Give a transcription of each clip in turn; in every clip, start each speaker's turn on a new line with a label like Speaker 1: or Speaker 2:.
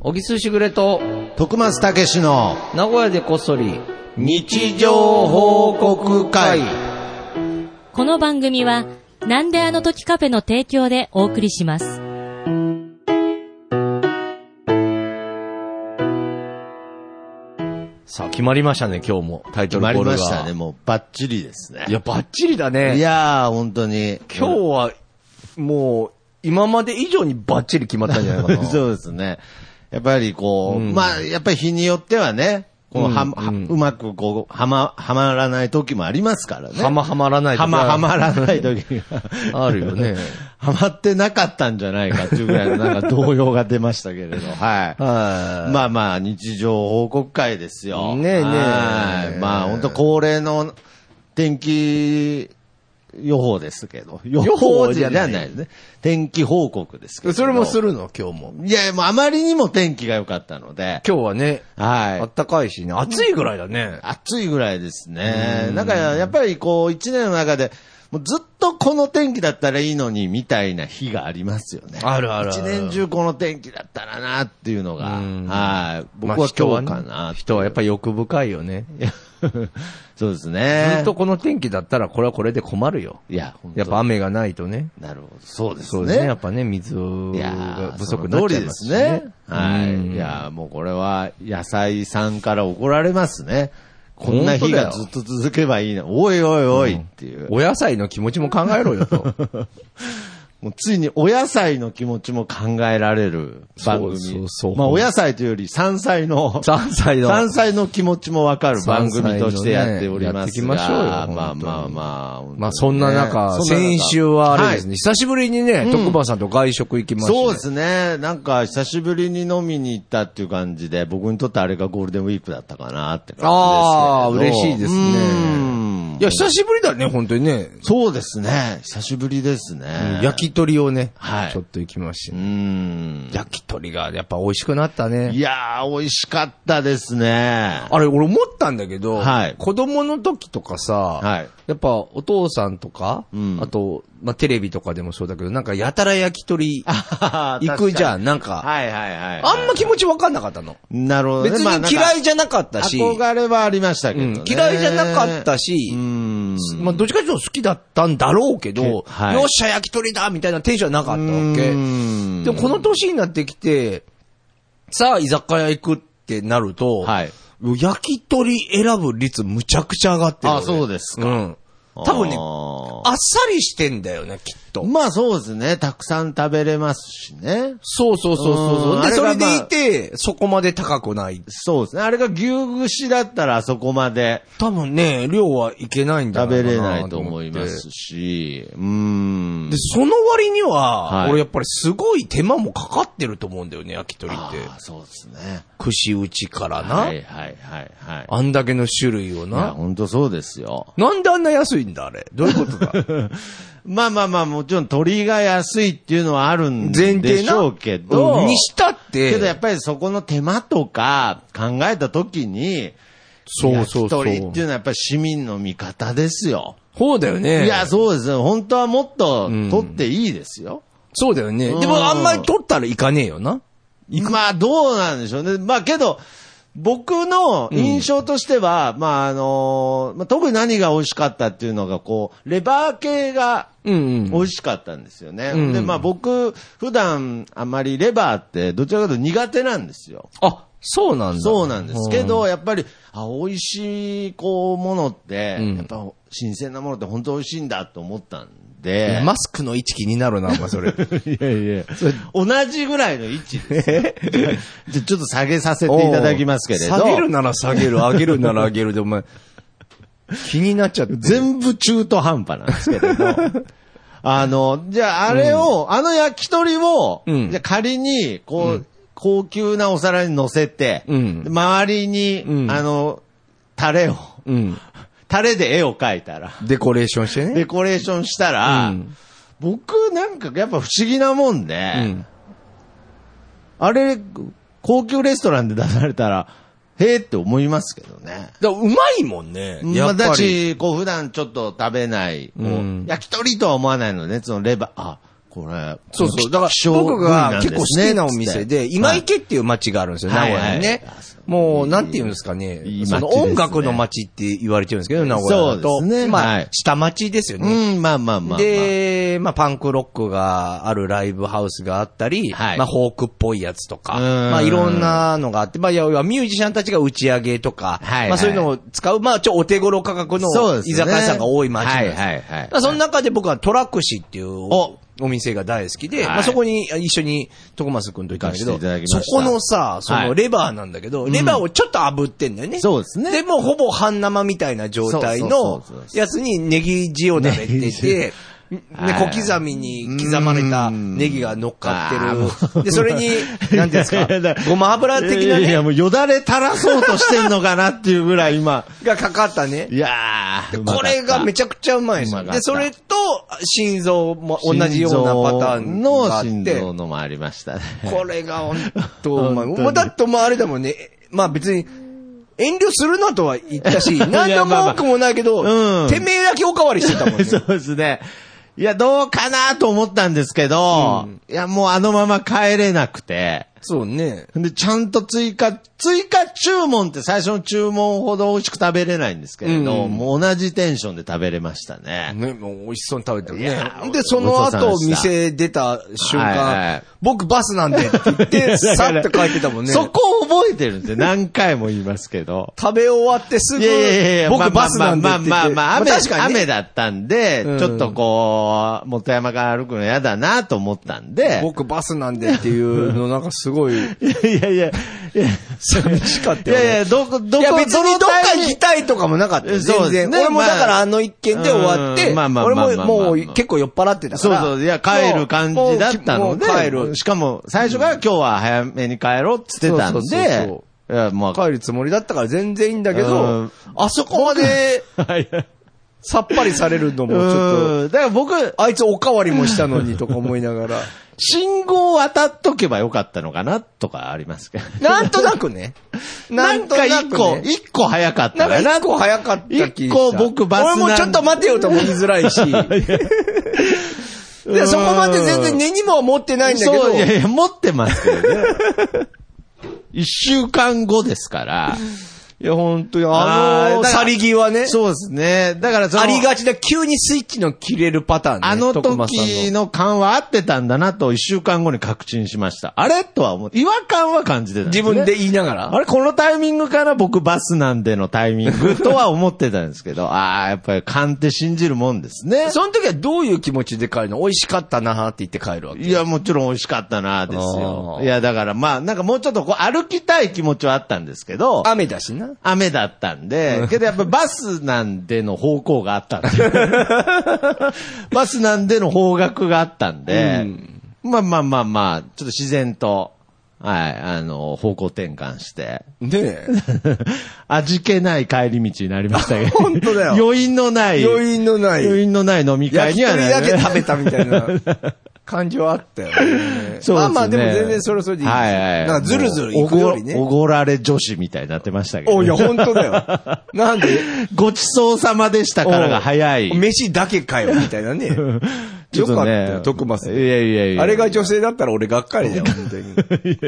Speaker 1: 小木すしぐれと、
Speaker 2: 徳松たけしの
Speaker 1: 名古屋でこっそり、
Speaker 2: 日常報告会。
Speaker 3: この番組は、なんであの時カフェの提供でお送りします。
Speaker 1: さあ、決まりましたね、今日も。タイト
Speaker 2: 決
Speaker 1: ルコ
Speaker 2: ま
Speaker 1: ールが。
Speaker 2: りましたね。。もうバッチリですね。
Speaker 1: いや、バッチリだね。
Speaker 2: いやー、本当に。
Speaker 1: 今日は、もう、今まで以上にバッチリ決まったんじ ゃないかな。
Speaker 2: そうですね。やっぱりこう、
Speaker 1: うん
Speaker 2: まあ、やっぱり日によってはね、こうは、
Speaker 1: うん
Speaker 2: は
Speaker 1: うん
Speaker 2: うまくこう、はま、はまらない時もありますからね。
Speaker 1: はまはまらないと
Speaker 2: は
Speaker 1: か
Speaker 2: ま、はまらない時が。
Speaker 1: あるよね。
Speaker 2: はまってなかったんじゃないかっていうぐらいのなんか動揺が出ましたけれど、はい。
Speaker 1: はい。
Speaker 2: まあまあ、日常報告会ですよ。
Speaker 1: ねえねえ
Speaker 2: はいまあ、本当恒例の天気予報ですけど。予
Speaker 1: 報じゃない
Speaker 2: ですね。天気報告ですけど。
Speaker 1: それもするの、今日も。
Speaker 2: いや、もうあまりにも天気が良かったので、
Speaker 1: 今日はね、あ
Speaker 2: は
Speaker 1: っ
Speaker 2: い。
Speaker 1: たかいしね、暑いぐらいだね。
Speaker 2: 暑いぐらいですね。なんか、やっぱりこう、一年の中で、もうずっとこの天気だったらいいのに、みたいな日がありますよね。
Speaker 1: あるあるある
Speaker 2: 一年中この天気だったらなっていうのが、
Speaker 1: うん
Speaker 2: はい。僕
Speaker 1: まあ
Speaker 2: は
Speaker 1: 人
Speaker 2: 今
Speaker 1: は
Speaker 2: 日
Speaker 1: ね
Speaker 2: かなっていう
Speaker 1: 人はやっぱり欲深いよね。
Speaker 2: そうですね。
Speaker 1: ずっとこの天気だったら、これはこれで困るよ。
Speaker 2: いや、本当
Speaker 1: やっぱ、雨がないとね。
Speaker 2: なるほど。そうですね。
Speaker 1: そうですね。やっぱね、水が不足になっちゃいますし
Speaker 2: いやーその通りですね
Speaker 1: ね。
Speaker 2: は
Speaker 1: うん
Speaker 2: い。いやー、もうこれは野菜さんから怒られますね。こんな日がずっと続けばいいな。おいおいおいっていう。
Speaker 1: お野菜の気持ちも考えろよと。
Speaker 2: もうついにお野菜の気持ちも考えられる番組。
Speaker 1: そうそうそう
Speaker 2: まあお野菜というより山菜の。
Speaker 1: 山菜の
Speaker 2: 山菜の気持ちもわかる番組としてやっており
Speaker 1: 山菜のねやっ
Speaker 2: ますが。
Speaker 1: ていきましょうよ
Speaker 2: まあ
Speaker 1: 本当に
Speaker 2: まあまあ。本当にね
Speaker 1: まあそんな中、
Speaker 2: そんな中
Speaker 1: 先週はあれですね、
Speaker 2: はい
Speaker 1: 久しぶりにね、徳馬さんと外食行きました、
Speaker 2: そうですね。なんか、久しぶりに飲みに行ったっていう感じで、僕にとってあれがゴールデンウィークだったかなって感じですけれど。
Speaker 1: ああ、嬉しいです
Speaker 2: うん
Speaker 1: ね。いや、久しぶりだね、本当にね。
Speaker 2: そうですね。久しぶりですね。
Speaker 1: 焼き鳥をね、
Speaker 2: はい
Speaker 1: ちょっと行きました、
Speaker 2: う
Speaker 1: ね
Speaker 2: ん。
Speaker 1: 焼き鳥がやっぱ美味しくなった
Speaker 2: い
Speaker 1: ね。
Speaker 2: やー、美味しかったですね。
Speaker 1: あれ、俺思ったんだけど、
Speaker 2: はい
Speaker 1: 子供の時とかさ、
Speaker 2: はい
Speaker 1: やっぱお父さんとか、
Speaker 2: うん
Speaker 1: あと、まあ、テレビとかでもそうだけど、なんかやたら焼き鳥
Speaker 2: あ
Speaker 1: 行くじゃ
Speaker 2: ん。
Speaker 1: ん、なんか。
Speaker 2: はいはいはい。
Speaker 1: あんま気持ちわかんなかったの。
Speaker 2: なるほどね。
Speaker 1: 別
Speaker 2: まあなん
Speaker 1: に
Speaker 2: か
Speaker 1: 嫌いじゃなかったし、
Speaker 2: 憧れはありましたけどね
Speaker 1: うん。嫌いじゃなかったし
Speaker 2: うん。
Speaker 1: まあ、どっちかというと好きだったんだろうけど、
Speaker 2: けはい
Speaker 1: よっしゃ焼き鳥だみたいなテンションはなかったわけ。
Speaker 2: うん
Speaker 1: でもこの年になってきて、さあ居酒屋行くってなると、
Speaker 2: はい
Speaker 1: 焼き鳥選ぶ率むちゃくちゃ上がってる、
Speaker 2: あそうですか
Speaker 1: うん。多分ね、
Speaker 2: あ
Speaker 1: あ
Speaker 2: ー
Speaker 1: っさりしてんだよね、きっと。
Speaker 2: まあそうですね。たくさん食べれますしね。
Speaker 1: そうそうそうそうう。
Speaker 2: ん
Speaker 1: で、
Speaker 2: あれ
Speaker 1: そ
Speaker 2: が
Speaker 1: れ
Speaker 2: ま
Speaker 1: で
Speaker 2: あ
Speaker 1: いて、そこまで高くない。
Speaker 2: そうですね。あれが牛串だったらあそこまで
Speaker 1: 多分ね、量はいけないんだ
Speaker 2: 食べれないと思いますし、うーん
Speaker 1: で、。その割には、
Speaker 2: はい
Speaker 1: 俺やっぱりすごい手間もかかってると思うんだよね、焼き鳥って。
Speaker 2: ああ、そうですね。
Speaker 1: 串打ちからな、
Speaker 2: はいはいはいはい。
Speaker 1: あんだけの種類を
Speaker 2: いや、
Speaker 1: な。
Speaker 2: 本当そうですよ。
Speaker 1: なんであんな安いんだ、あれ。どういうこと だ
Speaker 2: まあまあまあ、もちろん鳥が安いっていうのはあるん
Speaker 1: 前提
Speaker 2: で
Speaker 1: な。
Speaker 2: しょうけど、
Speaker 1: うんにしたって。
Speaker 2: けどやっぱりそこの手間とか考えたときに、
Speaker 1: そうそうそう。
Speaker 2: 焼き鳥っていうのはやっぱり市民の味方ですよ。
Speaker 1: そうだよね。
Speaker 2: いや、そうですね。本当はもっと取っていいですよ。
Speaker 1: そうだよね。
Speaker 2: うん
Speaker 1: でもあんまり取ったらいかねえよな。
Speaker 2: まあ、どうなんでしょうね。まあ、けど、僕の印象としては、まあ、あのまあ、特に何が美味しかったっていうのが、こう、レバー系が
Speaker 1: うん
Speaker 2: 美味しかったんですよね。
Speaker 1: うん
Speaker 2: で、まあ、僕、普段あまりレバーって、どちらかというと苦手なんですよ。
Speaker 1: あ、そうなんだ。
Speaker 2: そうなんですけ
Speaker 1: うん、
Speaker 2: ど、やっぱり、あ、美味しい、こう、ものって、
Speaker 1: うん
Speaker 2: やっぱ、新鮮なものって本当美味しいんだと思ったんで。
Speaker 1: マスクの位置気になるな、お前それ。
Speaker 2: いやいや。 同じぐらいの位置 です。じゃあちょっと下げさせていただきますけれど。
Speaker 1: 下げるなら下 げる、上げるなら上げるで、お前、気になっちゃって。
Speaker 2: 全部中途半端なんですけ れど。あの、じゃああれを、あの焼き鳥を、
Speaker 1: うん
Speaker 2: じゃあ仮に、こう、高級なお皿に乗せて、
Speaker 1: うん
Speaker 2: 周りに、
Speaker 1: うん
Speaker 2: あの、タレを、
Speaker 1: うん。
Speaker 2: タレで絵を描いたら、
Speaker 1: デコレーションしてね。
Speaker 2: デコレーションしたら、
Speaker 1: うん
Speaker 2: 僕なんかやっぱ不思議なもんで、
Speaker 1: うん。
Speaker 2: あれ、高級レストランで出されたら、へえって思いますけどね。
Speaker 1: だからうまいもんね。
Speaker 2: ま
Speaker 1: や
Speaker 2: あ、
Speaker 1: っぱ
Speaker 2: だ
Speaker 1: り。
Speaker 2: し、こう普段ちょっと食べない、こう
Speaker 1: うん
Speaker 2: 焼き鳥とは思わないので、ね、そのレバー、あ、これ。
Speaker 1: そうそう。だから
Speaker 2: 希、少
Speaker 1: 僕が結構好きなお
Speaker 2: 部
Speaker 1: 店
Speaker 2: 位んすね
Speaker 1: で、今池っていう街があるんですよ、
Speaker 2: はい
Speaker 1: 名古屋にね
Speaker 2: はいはい。
Speaker 1: もう、なんていうんですかね
Speaker 2: いい。街
Speaker 1: その
Speaker 2: ですね
Speaker 1: 音楽の街って言われてるんですけど、名古屋だと。
Speaker 2: そうですね
Speaker 1: ま
Speaker 2: は
Speaker 1: あ
Speaker 2: い、
Speaker 1: 下町ですよね。
Speaker 2: うん、まあまあまあまあ。
Speaker 1: で、まあ、パンクロックがあるライブハウスがあったり、
Speaker 2: はい
Speaker 1: まあ、フォークっぽいやつとか、
Speaker 2: うん
Speaker 1: まあ、いろんなのがあって、まあ、いや、ミュージシャンたちが打ち上げとか、
Speaker 2: はいはい
Speaker 1: まあ、そういうのを使う、まあ、ちょ、お手頃価格の
Speaker 2: そうです
Speaker 1: 居
Speaker 2: ね
Speaker 1: 酒屋さんが多い街なんです
Speaker 2: はいはいはい
Speaker 1: まあその中で僕はトラクシっていうお
Speaker 2: お
Speaker 1: 店が大好きで、
Speaker 2: はい
Speaker 1: まあ、そこに一緒に徳松くんと行ったんだけ
Speaker 2: 行
Speaker 1: ど
Speaker 2: かせていただき、まし
Speaker 1: そ
Speaker 2: た
Speaker 1: このさ、そ
Speaker 2: は
Speaker 1: の
Speaker 2: い
Speaker 1: レバーなんだけど、レバーをちょっと炙ってんだよね。
Speaker 2: そうですね
Speaker 1: でも、ほぼ半生みたいな状態
Speaker 2: そ
Speaker 1: の
Speaker 2: うそうそうそう
Speaker 1: やつにネギ塩だれってて、ね、
Speaker 2: はい
Speaker 1: 小刻みに刻まれたネギが乗っかってる。で、それ に、なんていうんですか
Speaker 2: いやい や、
Speaker 1: ごま油的
Speaker 2: い
Speaker 1: な
Speaker 2: やいや、
Speaker 1: ね、
Speaker 2: もうよだれ垂らそうとしてんのかなっていうぐらい今。
Speaker 1: がかかったね
Speaker 2: い。やー、
Speaker 1: これがめ
Speaker 2: ち
Speaker 1: ちゃくちゃうまいんですよ
Speaker 2: うまかっ
Speaker 1: で、
Speaker 2: た
Speaker 1: それと、心臓も同じようなパターンがあっ
Speaker 2: 心
Speaker 1: て、
Speaker 2: 臓のもありましたね。
Speaker 1: これが本当うまい。
Speaker 2: 本当に
Speaker 1: もうだってもうあれだもんね。まあ別に、遠慮するなとは言った し、
Speaker 2: や
Speaker 1: 何の
Speaker 2: まあま
Speaker 1: 文
Speaker 2: あ
Speaker 1: 句もないけど、
Speaker 2: うん
Speaker 1: てめえだけおかわりしてたもんね。
Speaker 2: そうですね。いや、どうかなと思ったんですけど、いや、もうあのまま帰れなくて。
Speaker 1: そうね。
Speaker 2: で、ちゃんと追加、追加注文って最初の注文ほど美味しく食べれないんですけれど、
Speaker 1: うん
Speaker 2: もう同じテンションで食べれましたね。
Speaker 1: ね、もう美味しそうに食べてる
Speaker 2: いや
Speaker 1: ね。
Speaker 2: ー
Speaker 1: で、その
Speaker 2: ごちそうさま
Speaker 1: 後
Speaker 2: で、した
Speaker 1: 店出た瞬
Speaker 2: はいは
Speaker 1: 間
Speaker 2: い、
Speaker 1: 僕バスなんでって言 って、 さっと帰ってたもんね。
Speaker 2: そこ覚えてるんですよ。何回も言いますけど。
Speaker 1: 食べ終わってすぐ
Speaker 2: いやいやいや、、まあ
Speaker 1: 僕バスなんでっ
Speaker 2: まあ
Speaker 1: て言って。
Speaker 2: まあまあまあ、雨、
Speaker 1: 確かにね
Speaker 2: 雨だったんで、
Speaker 1: うん
Speaker 2: ちょっとこう、元山から歩くの嫌だなと思ったんで。
Speaker 1: 僕バスなんでっていうのなんかすごい
Speaker 2: いやいや いや、いや
Speaker 1: 寂しかった
Speaker 2: い
Speaker 1: よ、ね。
Speaker 2: やいや、どこ、ど
Speaker 1: いや
Speaker 2: こ、
Speaker 1: 別にどっ
Speaker 2: タ
Speaker 1: か
Speaker 2: イミン
Speaker 1: 行
Speaker 2: グ
Speaker 1: きたいとかもなかったよ。
Speaker 2: そ
Speaker 1: 全
Speaker 2: うです
Speaker 1: 然。
Speaker 2: ね
Speaker 1: 俺も
Speaker 2: まあ
Speaker 1: だからあの一件で終わって、
Speaker 2: うんまあまあ
Speaker 1: 俺
Speaker 2: まあま
Speaker 1: も
Speaker 2: あまあまあ
Speaker 1: もう結構酔っ払ってたか
Speaker 2: そう
Speaker 1: ら。
Speaker 2: そう、いや、帰る感じだったので
Speaker 1: もう帰る。
Speaker 2: しかも、最初から今日は早めに帰ろうって言ってたん
Speaker 1: そうそうそう
Speaker 2: で
Speaker 1: そ、
Speaker 2: いや、まあ、
Speaker 1: 帰るつもりだったから全然いいんだけ
Speaker 2: う
Speaker 1: ど
Speaker 2: ん、
Speaker 1: あそこまで
Speaker 2: はい。
Speaker 1: さっぱりされるのも
Speaker 2: う
Speaker 1: ちょっ
Speaker 2: ん、だから僕、
Speaker 1: と、あいつおかわりもしたのにとか思いな がら。
Speaker 2: 信号渡っとけばよかったのかな、とかありますけど。
Speaker 1: なんとなくね。 なんと
Speaker 2: か
Speaker 1: な
Speaker 2: 一
Speaker 1: く、
Speaker 2: 個、
Speaker 1: ね。
Speaker 2: 一個早かった
Speaker 1: なん
Speaker 2: か
Speaker 1: か
Speaker 2: な
Speaker 1: 一。個早かった気がした
Speaker 2: 一個僕バスなん
Speaker 1: 俺もちょっと待てよとも言いづらい し。で、そこまで全然根にも持ってないんだけど
Speaker 2: そう、い、やいや、持ってますけどね。 一週間後ですから。いや、本当に、
Speaker 1: あ
Speaker 2: ー
Speaker 1: の
Speaker 2: だから
Speaker 1: 去り際ね。
Speaker 2: そうですね。だからその、
Speaker 1: ありがちな急にスイッチの切れるパターンね。
Speaker 2: あの
Speaker 1: 徳間さん
Speaker 2: 時の感は合ってたんだなと一週間後に確信しました。あれとは思って、違和感は感じてたんす
Speaker 1: 自
Speaker 2: ね
Speaker 1: 分で。言いながら。
Speaker 2: あれこのタイミングから僕バスなんでのタイミ ングとは思ってたんですけど、ああ、やっぱり勘って信じるもんですね。
Speaker 1: その時はどういう気持ちで帰るの美味しかったなーって言って帰るわけ。
Speaker 2: いや、もちろん美味しかったな、です
Speaker 1: あ
Speaker 2: よ。
Speaker 1: ー
Speaker 2: いや、だからまあ、なんかもうちょっとこう歩きたい気持ちはあったんですけど、
Speaker 1: 雨だしな。
Speaker 2: 雨だったんで、けどやっぱバスなんでの方向があ ったんで、バスなんでの方角があったんで、
Speaker 1: うん
Speaker 2: まあまあまあまあ、ちょっと自然と、はい、あの、方向転換して、
Speaker 1: ね
Speaker 2: 味気ない帰り道になりましたけど、
Speaker 1: 本当だよ
Speaker 2: 余韻のな
Speaker 1: え。
Speaker 2: い、
Speaker 1: 余韻のない。
Speaker 2: 余韻のない飲み会
Speaker 1: 焼
Speaker 2: に
Speaker 1: き
Speaker 2: は
Speaker 1: 鳥だ
Speaker 2: な
Speaker 1: け食
Speaker 2: る。
Speaker 1: べたみたいな 感じはあったよね。
Speaker 2: そうですね
Speaker 1: まあまあでも全然それはそれでいいですよ。
Speaker 2: はいはい。
Speaker 1: なんかずるずる行くよりね
Speaker 2: お。ごおごられ女子みたいになってましたけど、
Speaker 1: おいや、本当だよ。 なんで
Speaker 2: ごちそうさまでしたからが早い。
Speaker 1: 飯だけかよ、みたいなね。よ
Speaker 2: ちょと
Speaker 1: かった
Speaker 2: ね
Speaker 1: よ、徳松。
Speaker 2: いやいやいや。
Speaker 1: あれが女性だったら俺がっかりだよ、本当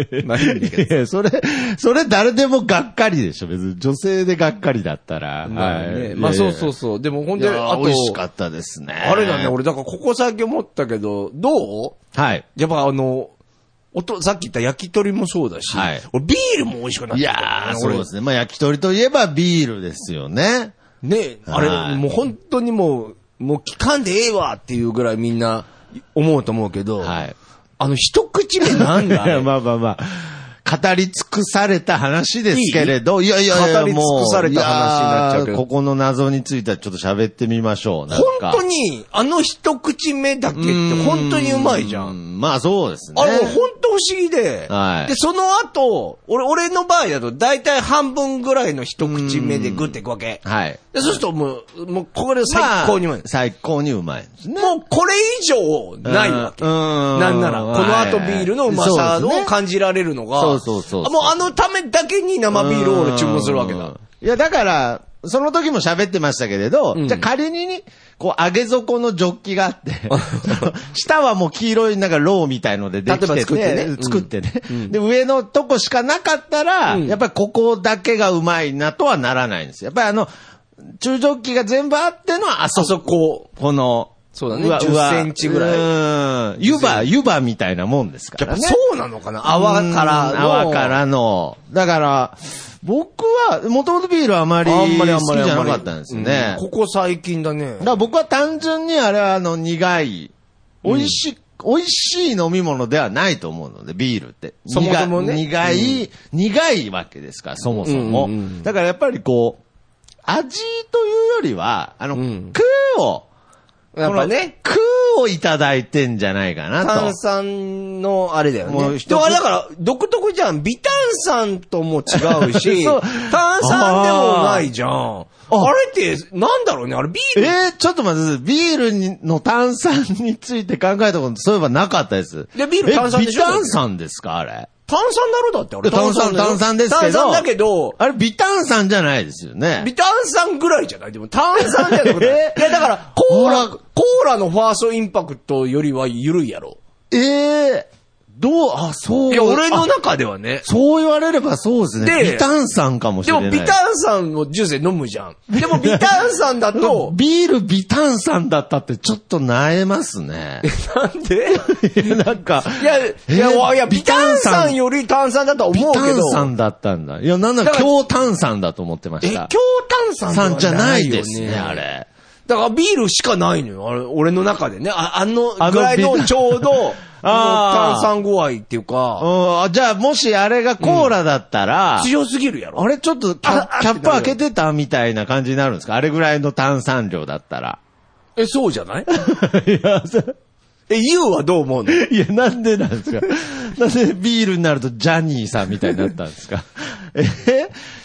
Speaker 1: に。まあいいんだけ
Speaker 2: いや、それ、それ誰でもがっかりでしょ。別に女性でがっかりだったら。
Speaker 1: ど。まあ
Speaker 2: はい。
Speaker 1: ねまあそうそううそう。でもほん
Speaker 2: い
Speaker 1: で、
Speaker 2: やいや
Speaker 1: あ
Speaker 2: いや美味しか
Speaker 1: と、
Speaker 2: ったですね。
Speaker 1: あれだね、。俺だからここ最近思ったけど、どう
Speaker 2: はい。
Speaker 1: やっぱあの、おと、さっき言った焼き鳥もそうだし、
Speaker 2: はい
Speaker 1: 俺ビールも美味しくなっ
Speaker 2: い
Speaker 1: てき
Speaker 2: や
Speaker 1: たよね
Speaker 2: ー、そう
Speaker 1: 俺
Speaker 2: ですね。まあ、焼き鳥といえばビールですよね。
Speaker 1: ねあれ、
Speaker 2: はい
Speaker 1: もう本当にもう、もう聞かんでええわっていうぐらいみんな思うと思うけど、
Speaker 2: はい。
Speaker 1: あの一口目なん
Speaker 2: い
Speaker 1: だあ
Speaker 2: や、
Speaker 1: れ
Speaker 2: まあまあまあ。語り尽くされた話ですけれど、いやいやいや、
Speaker 1: 語り尽くされた話になっちゃうけど
Speaker 2: もいやーここの謎についてはちょっと喋ってみましょう。なんか
Speaker 1: 本当に、あの一口目だけって本当にうまいじゃ。
Speaker 2: うんん。まあそうですね。
Speaker 1: あれ、本当不思議で、
Speaker 2: はい
Speaker 1: で、その後、俺、俺の場合だと、だいたい半分ぐらいの一口目で食っていくわけ。
Speaker 2: はい。
Speaker 1: で、そうするともう、もう、これ最高にうまい
Speaker 2: あ。最高にうまいですね。
Speaker 1: もう、これ以上、ないわけ。な
Speaker 2: なん
Speaker 1: なら、この後ビールのうまさを
Speaker 2: じ
Speaker 1: 感じられるのが、
Speaker 2: そうそうそうそう
Speaker 1: もうあのためだけに生ビールを俺注文するわけだ。。
Speaker 2: いや、だから、その時も喋ってましたけれど、
Speaker 1: ん
Speaker 2: じゃあ仮にね、こう、上げ底のジョッキが あって、下はもう黄色いなんかローみたいのでできて
Speaker 1: 例
Speaker 2: て、
Speaker 1: えば作ってね
Speaker 2: 作ってねで、上のとこしかなかったら、
Speaker 1: うん
Speaker 2: やっぱりここだけがうまいなとはならないんですよ。やっぱりあの、中ジョッキが全部あってのあそ
Speaker 1: あ
Speaker 2: こ
Speaker 1: そこ。
Speaker 2: この、
Speaker 1: そうだね
Speaker 2: わ
Speaker 1: 10
Speaker 2: わ
Speaker 1: センチぐらいう
Speaker 2: ーん。湯葉、湯葉みたいなもんですからね。
Speaker 1: そうなのかな泡から
Speaker 2: うん
Speaker 1: の。
Speaker 2: 泡からの。だから、僕は、もともとビールあまり
Speaker 1: あんまりあん
Speaker 2: 好
Speaker 1: まり
Speaker 2: き
Speaker 1: あ
Speaker 2: じゃ
Speaker 1: んま
Speaker 2: な
Speaker 1: り。
Speaker 2: かったんですよね。
Speaker 1: うんここ最近だね
Speaker 2: だか。ら僕は単純にあれはあの苦い、美味しい、美味しい飲み物ではないと思うので、ビールって。
Speaker 1: そもそもね
Speaker 2: 苦い、苦いわけですから、そもそも。
Speaker 1: うんうんうん
Speaker 2: だからやっぱりこう、味というよりは、あの、
Speaker 1: ん
Speaker 2: 空を、
Speaker 1: やっぱね。
Speaker 2: 空をいただいてんじゃないかなと。
Speaker 1: 炭酸のあれだよ
Speaker 2: もう
Speaker 1: ね。
Speaker 2: 一つ
Speaker 1: だから、だから独特じゃん。微炭酸とも違う し、
Speaker 2: そう
Speaker 1: 炭酸でもないじゃん。あ
Speaker 2: あ
Speaker 1: れって、なんだろうねあれビール
Speaker 2: えー、ちょっと待って、ビールにの炭酸について考えたこと、そういえばなかったです。
Speaker 1: でビール炭酸でしょ
Speaker 2: え微炭酸ですかあれ。
Speaker 1: 炭酸だろだってあれ。
Speaker 2: 炭酸、
Speaker 1: だよ
Speaker 2: 炭酸ですけ
Speaker 1: 炭
Speaker 2: ど。
Speaker 1: 酸だけど、
Speaker 2: あれ、微炭酸じゃないですよ ね
Speaker 1: 微。炭酸ぐらいじゃないでも炭酸じゃなくて。いやだから、コーラ、コーラのファーストインパクトよりは緩いやろ。
Speaker 2: ええどう、あ、そう。
Speaker 1: いや、俺の
Speaker 2: あ
Speaker 1: 中ではね。
Speaker 2: そう言われればそうですね。
Speaker 1: で
Speaker 2: 微炭酸かもし
Speaker 1: で
Speaker 2: れ
Speaker 1: も、
Speaker 2: ない。
Speaker 1: 微炭酸をジュースで飲むじゃん。でも、微炭酸だと、
Speaker 2: ビール微炭酸だったってちょっとなえま すね。
Speaker 1: なんで
Speaker 2: いやなんか。
Speaker 1: いや、いや、
Speaker 2: えー
Speaker 1: わいや、微炭酸より炭酸だとは
Speaker 2: 微
Speaker 1: 思うけど。
Speaker 2: 炭酸だったんだ。いや、なんだ
Speaker 1: だ、から
Speaker 2: 強炭酸だと思ってま
Speaker 1: え、
Speaker 2: し
Speaker 1: 強
Speaker 2: た。
Speaker 1: 炭
Speaker 2: さ
Speaker 1: 酸
Speaker 2: ん
Speaker 1: では
Speaker 2: じゃないです
Speaker 1: よ
Speaker 2: ね、あ。れ。
Speaker 1: だからビールしかないのよ。あれ俺の中でね。あ、あの
Speaker 2: あの
Speaker 1: ぐらい
Speaker 2: ビ
Speaker 1: の
Speaker 2: タ
Speaker 1: ちょうど、
Speaker 2: あ
Speaker 1: あ
Speaker 2: ー
Speaker 1: の炭酸具合っていうか、
Speaker 2: うん、じゃあもしあれがコーラだったら、
Speaker 1: 強すぎるやろ。
Speaker 2: あれちょっとキャ
Speaker 1: ああ
Speaker 2: キャップ開けてたみたいな感じになるんですかあれぐらいの炭酸量だったら。
Speaker 1: え、そうじゃない
Speaker 2: いや、そ
Speaker 1: え、ユウはどう思うの
Speaker 2: いや、なんでなん ですかなんでビールになるとジャニーさんみたいになったんですかえ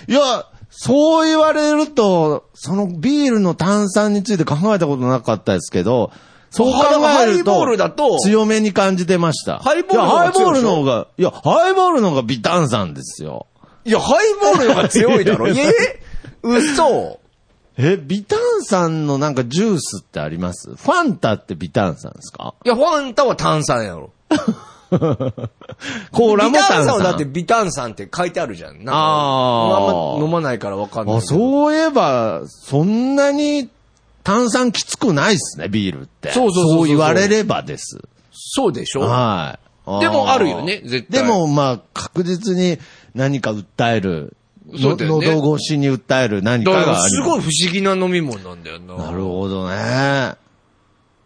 Speaker 2: いや、そう言われると、そのビールの炭酸について考えたことなかったですけど、そう考える
Speaker 1: ハイボールだと
Speaker 2: と、強めに感じてました。
Speaker 1: ハイボールの方が強いでしょ
Speaker 2: いやハイボールの方が、いや、ハイボールの方が微炭酸ですよ。
Speaker 1: いや、ハイボールの方が強いだろ。
Speaker 2: いや
Speaker 1: え嘘。
Speaker 2: え、ビタン酸のなんかジュースってありますファンタってビタン酸ですか
Speaker 1: いや、ファンタは炭酸やろ。
Speaker 2: コーラ
Speaker 1: ビ
Speaker 2: も
Speaker 1: タ
Speaker 2: 炭酸。
Speaker 1: ン酸はだってビタン酸って書いてあるじゃん。なんか
Speaker 2: あー
Speaker 1: あんま飲まないからわかんない
Speaker 2: あ、
Speaker 1: けど。う
Speaker 2: そういえば、そんなに炭酸きつくないっすね、ビールって。
Speaker 1: そうそうそうそう
Speaker 2: 言われればです。
Speaker 1: そうでしょ
Speaker 2: はい。ー
Speaker 1: でもあるよね絶対
Speaker 2: でもまあ、確実に何か訴える。
Speaker 1: そうだよね
Speaker 2: の喉越しに訴える何か
Speaker 1: だ
Speaker 2: が
Speaker 1: か
Speaker 2: ありま
Speaker 1: ら、
Speaker 2: す
Speaker 1: すごい不思議な飲み物なんだよな。
Speaker 2: なるほどね。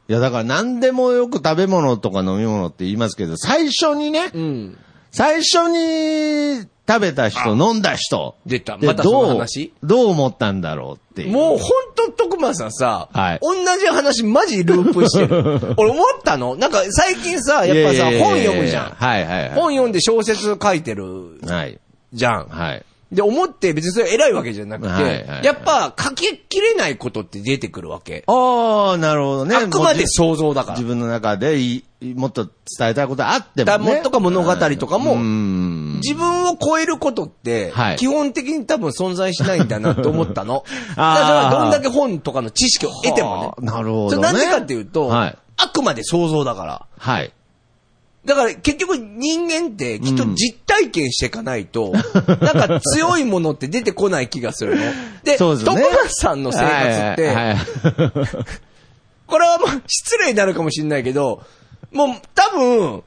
Speaker 2: いや、だから何でもよく食べ物とか飲み物って言いますけど、最初にね、
Speaker 1: うん。
Speaker 2: 最初に食べた人、飲んだ人。
Speaker 1: 出た
Speaker 2: で
Speaker 1: またその話
Speaker 2: どう、どう思ったんだろうっていう。
Speaker 1: もうほんと徳間さんさ、
Speaker 2: はい
Speaker 1: 同じ話マジループして る。俺思ったのなんか最近さ、やっぱさ、
Speaker 2: いいいい
Speaker 1: 本読むじゃん。
Speaker 2: はいはいは
Speaker 1: 本読んで小説書いてる
Speaker 2: い。はい。
Speaker 1: じゃん。
Speaker 2: はい。
Speaker 1: で、思って別にそれ偉いわけじゃなくて、
Speaker 2: はいはいはい
Speaker 1: やっぱ書ききれないことって出てくるわけ。
Speaker 2: ああ、なるほどね。
Speaker 1: あくまで想像だ
Speaker 2: もう
Speaker 1: から。
Speaker 2: 自分の中でいい、もっと伝えたいことあっても
Speaker 1: だ
Speaker 2: ね。
Speaker 1: もとか物語とかも
Speaker 2: うーん。
Speaker 1: 自分を超えることって
Speaker 2: はい、
Speaker 1: 基本的に多分存在しないんだなと思ったの。 だ
Speaker 2: あー
Speaker 1: からどんだけ本とかの知識を得ても
Speaker 2: はあ
Speaker 1: ね。
Speaker 2: なるほ
Speaker 1: そ
Speaker 2: ど
Speaker 1: れ
Speaker 2: ね。
Speaker 1: なんでかっていうと、
Speaker 2: はい。
Speaker 1: あくまで想像だから。
Speaker 2: はい。
Speaker 1: だから結局人間ってきっと実体験していかないと、なんか強いものって出てこない気が するの。で、
Speaker 2: そうですね。
Speaker 1: 徳川さんの生活って、
Speaker 2: はいはいはい
Speaker 1: これはもう失礼になるかもしれないけど、もう多分、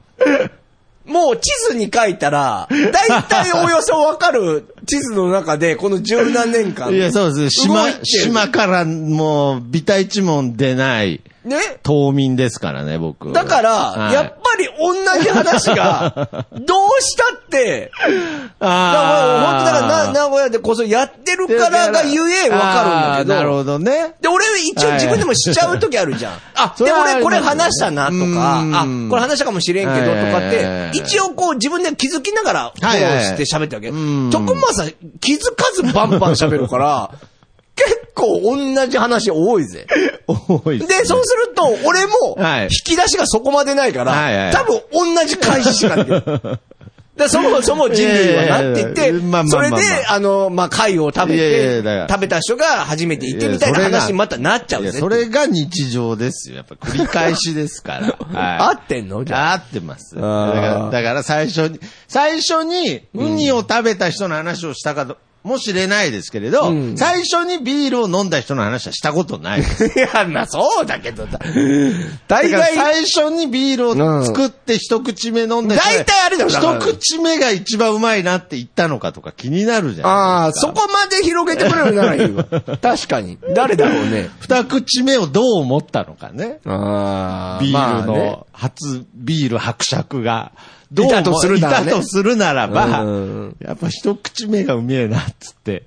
Speaker 1: もう地図に書いたら、大体おおよそわかる地図の中で、この十何年間。
Speaker 2: いや、そうです。
Speaker 1: 動
Speaker 2: 島
Speaker 1: いて、る
Speaker 2: 島からもう、ビタ一文出ない、
Speaker 1: ね。
Speaker 2: 島民ですからね、僕。
Speaker 1: だから、
Speaker 2: はい
Speaker 1: やっぱり同じ話が、どうしたって、だからもう本当だからな、
Speaker 2: あー
Speaker 1: 名古屋でこそやってるからがゆえわかるんだけど。
Speaker 2: あーなるほどね。
Speaker 1: で、俺一応自分でもしちゃう時あるじ ゃん。あ、
Speaker 2: そ
Speaker 1: で、
Speaker 2: れは
Speaker 1: 俺これ話したなと
Speaker 2: う
Speaker 1: か、あ、
Speaker 2: ーん
Speaker 1: これ話したかもしれんけどとかっ
Speaker 2: はいはい
Speaker 1: て
Speaker 2: は、い
Speaker 1: 一応こう自分で気づきながら、こう
Speaker 2: はいはいはい
Speaker 1: して喋ったわけ。
Speaker 2: うーん
Speaker 1: 徳間さん気づかずバンバン喋る から、結構同じ話多いぜ。
Speaker 2: 多い
Speaker 1: で
Speaker 2: っすね、
Speaker 1: そうすると、俺も
Speaker 2: はい、
Speaker 1: 引き出しがそこまでないか
Speaker 2: はいは
Speaker 1: ら、
Speaker 2: い
Speaker 1: 多分同じ返ししかない。でそもそも人類はなって言っ
Speaker 2: いやいやいやまあまあ
Speaker 1: て、
Speaker 2: ま
Speaker 1: そ
Speaker 2: あ
Speaker 1: れ
Speaker 2: ま
Speaker 1: で
Speaker 2: あ、
Speaker 1: あの、まあ、貝を食べ
Speaker 2: いやいやい
Speaker 1: て
Speaker 2: やだか、ら
Speaker 1: 食べた人が初めていてみたいない
Speaker 2: やそれが
Speaker 1: 話にまたなっちゃう
Speaker 2: い
Speaker 1: ね
Speaker 2: や、。それが日常ですよ。やっぱ繰り返しですから。
Speaker 1: 合
Speaker 2: はい。
Speaker 1: ってんの じゃあ。
Speaker 2: 合ってます。だか
Speaker 1: あー
Speaker 2: ら、だから最初に、最初に、ウニを食べた人の話をしたかと、もしれないですけれど、
Speaker 1: ん
Speaker 2: 最初にビールを飲んだ人の話はしたことないです。
Speaker 1: いや、まあ、そうだけど だ。 大
Speaker 2: だから
Speaker 1: 概、
Speaker 2: 最初にビールを作って一口目飲んだ人が
Speaker 1: 大体あれだよだから
Speaker 2: 一口目が一番うまいなって言ったのかとか気になるじゃ
Speaker 1: あ
Speaker 2: な
Speaker 1: あ、
Speaker 2: いですか。
Speaker 1: そこまで広げてくれるならいい わ。確かに。誰だろうね。
Speaker 2: 二口目をどう思ったのかね。
Speaker 1: あ
Speaker 2: ビール
Speaker 1: まあね
Speaker 2: の、初ビール伯爵が、どう
Speaker 1: いたと
Speaker 2: も
Speaker 1: する
Speaker 2: い
Speaker 1: なら
Speaker 2: た
Speaker 1: ね
Speaker 2: とするなら
Speaker 1: うん
Speaker 2: ば、やっぱ一口目がうめえな、っつって、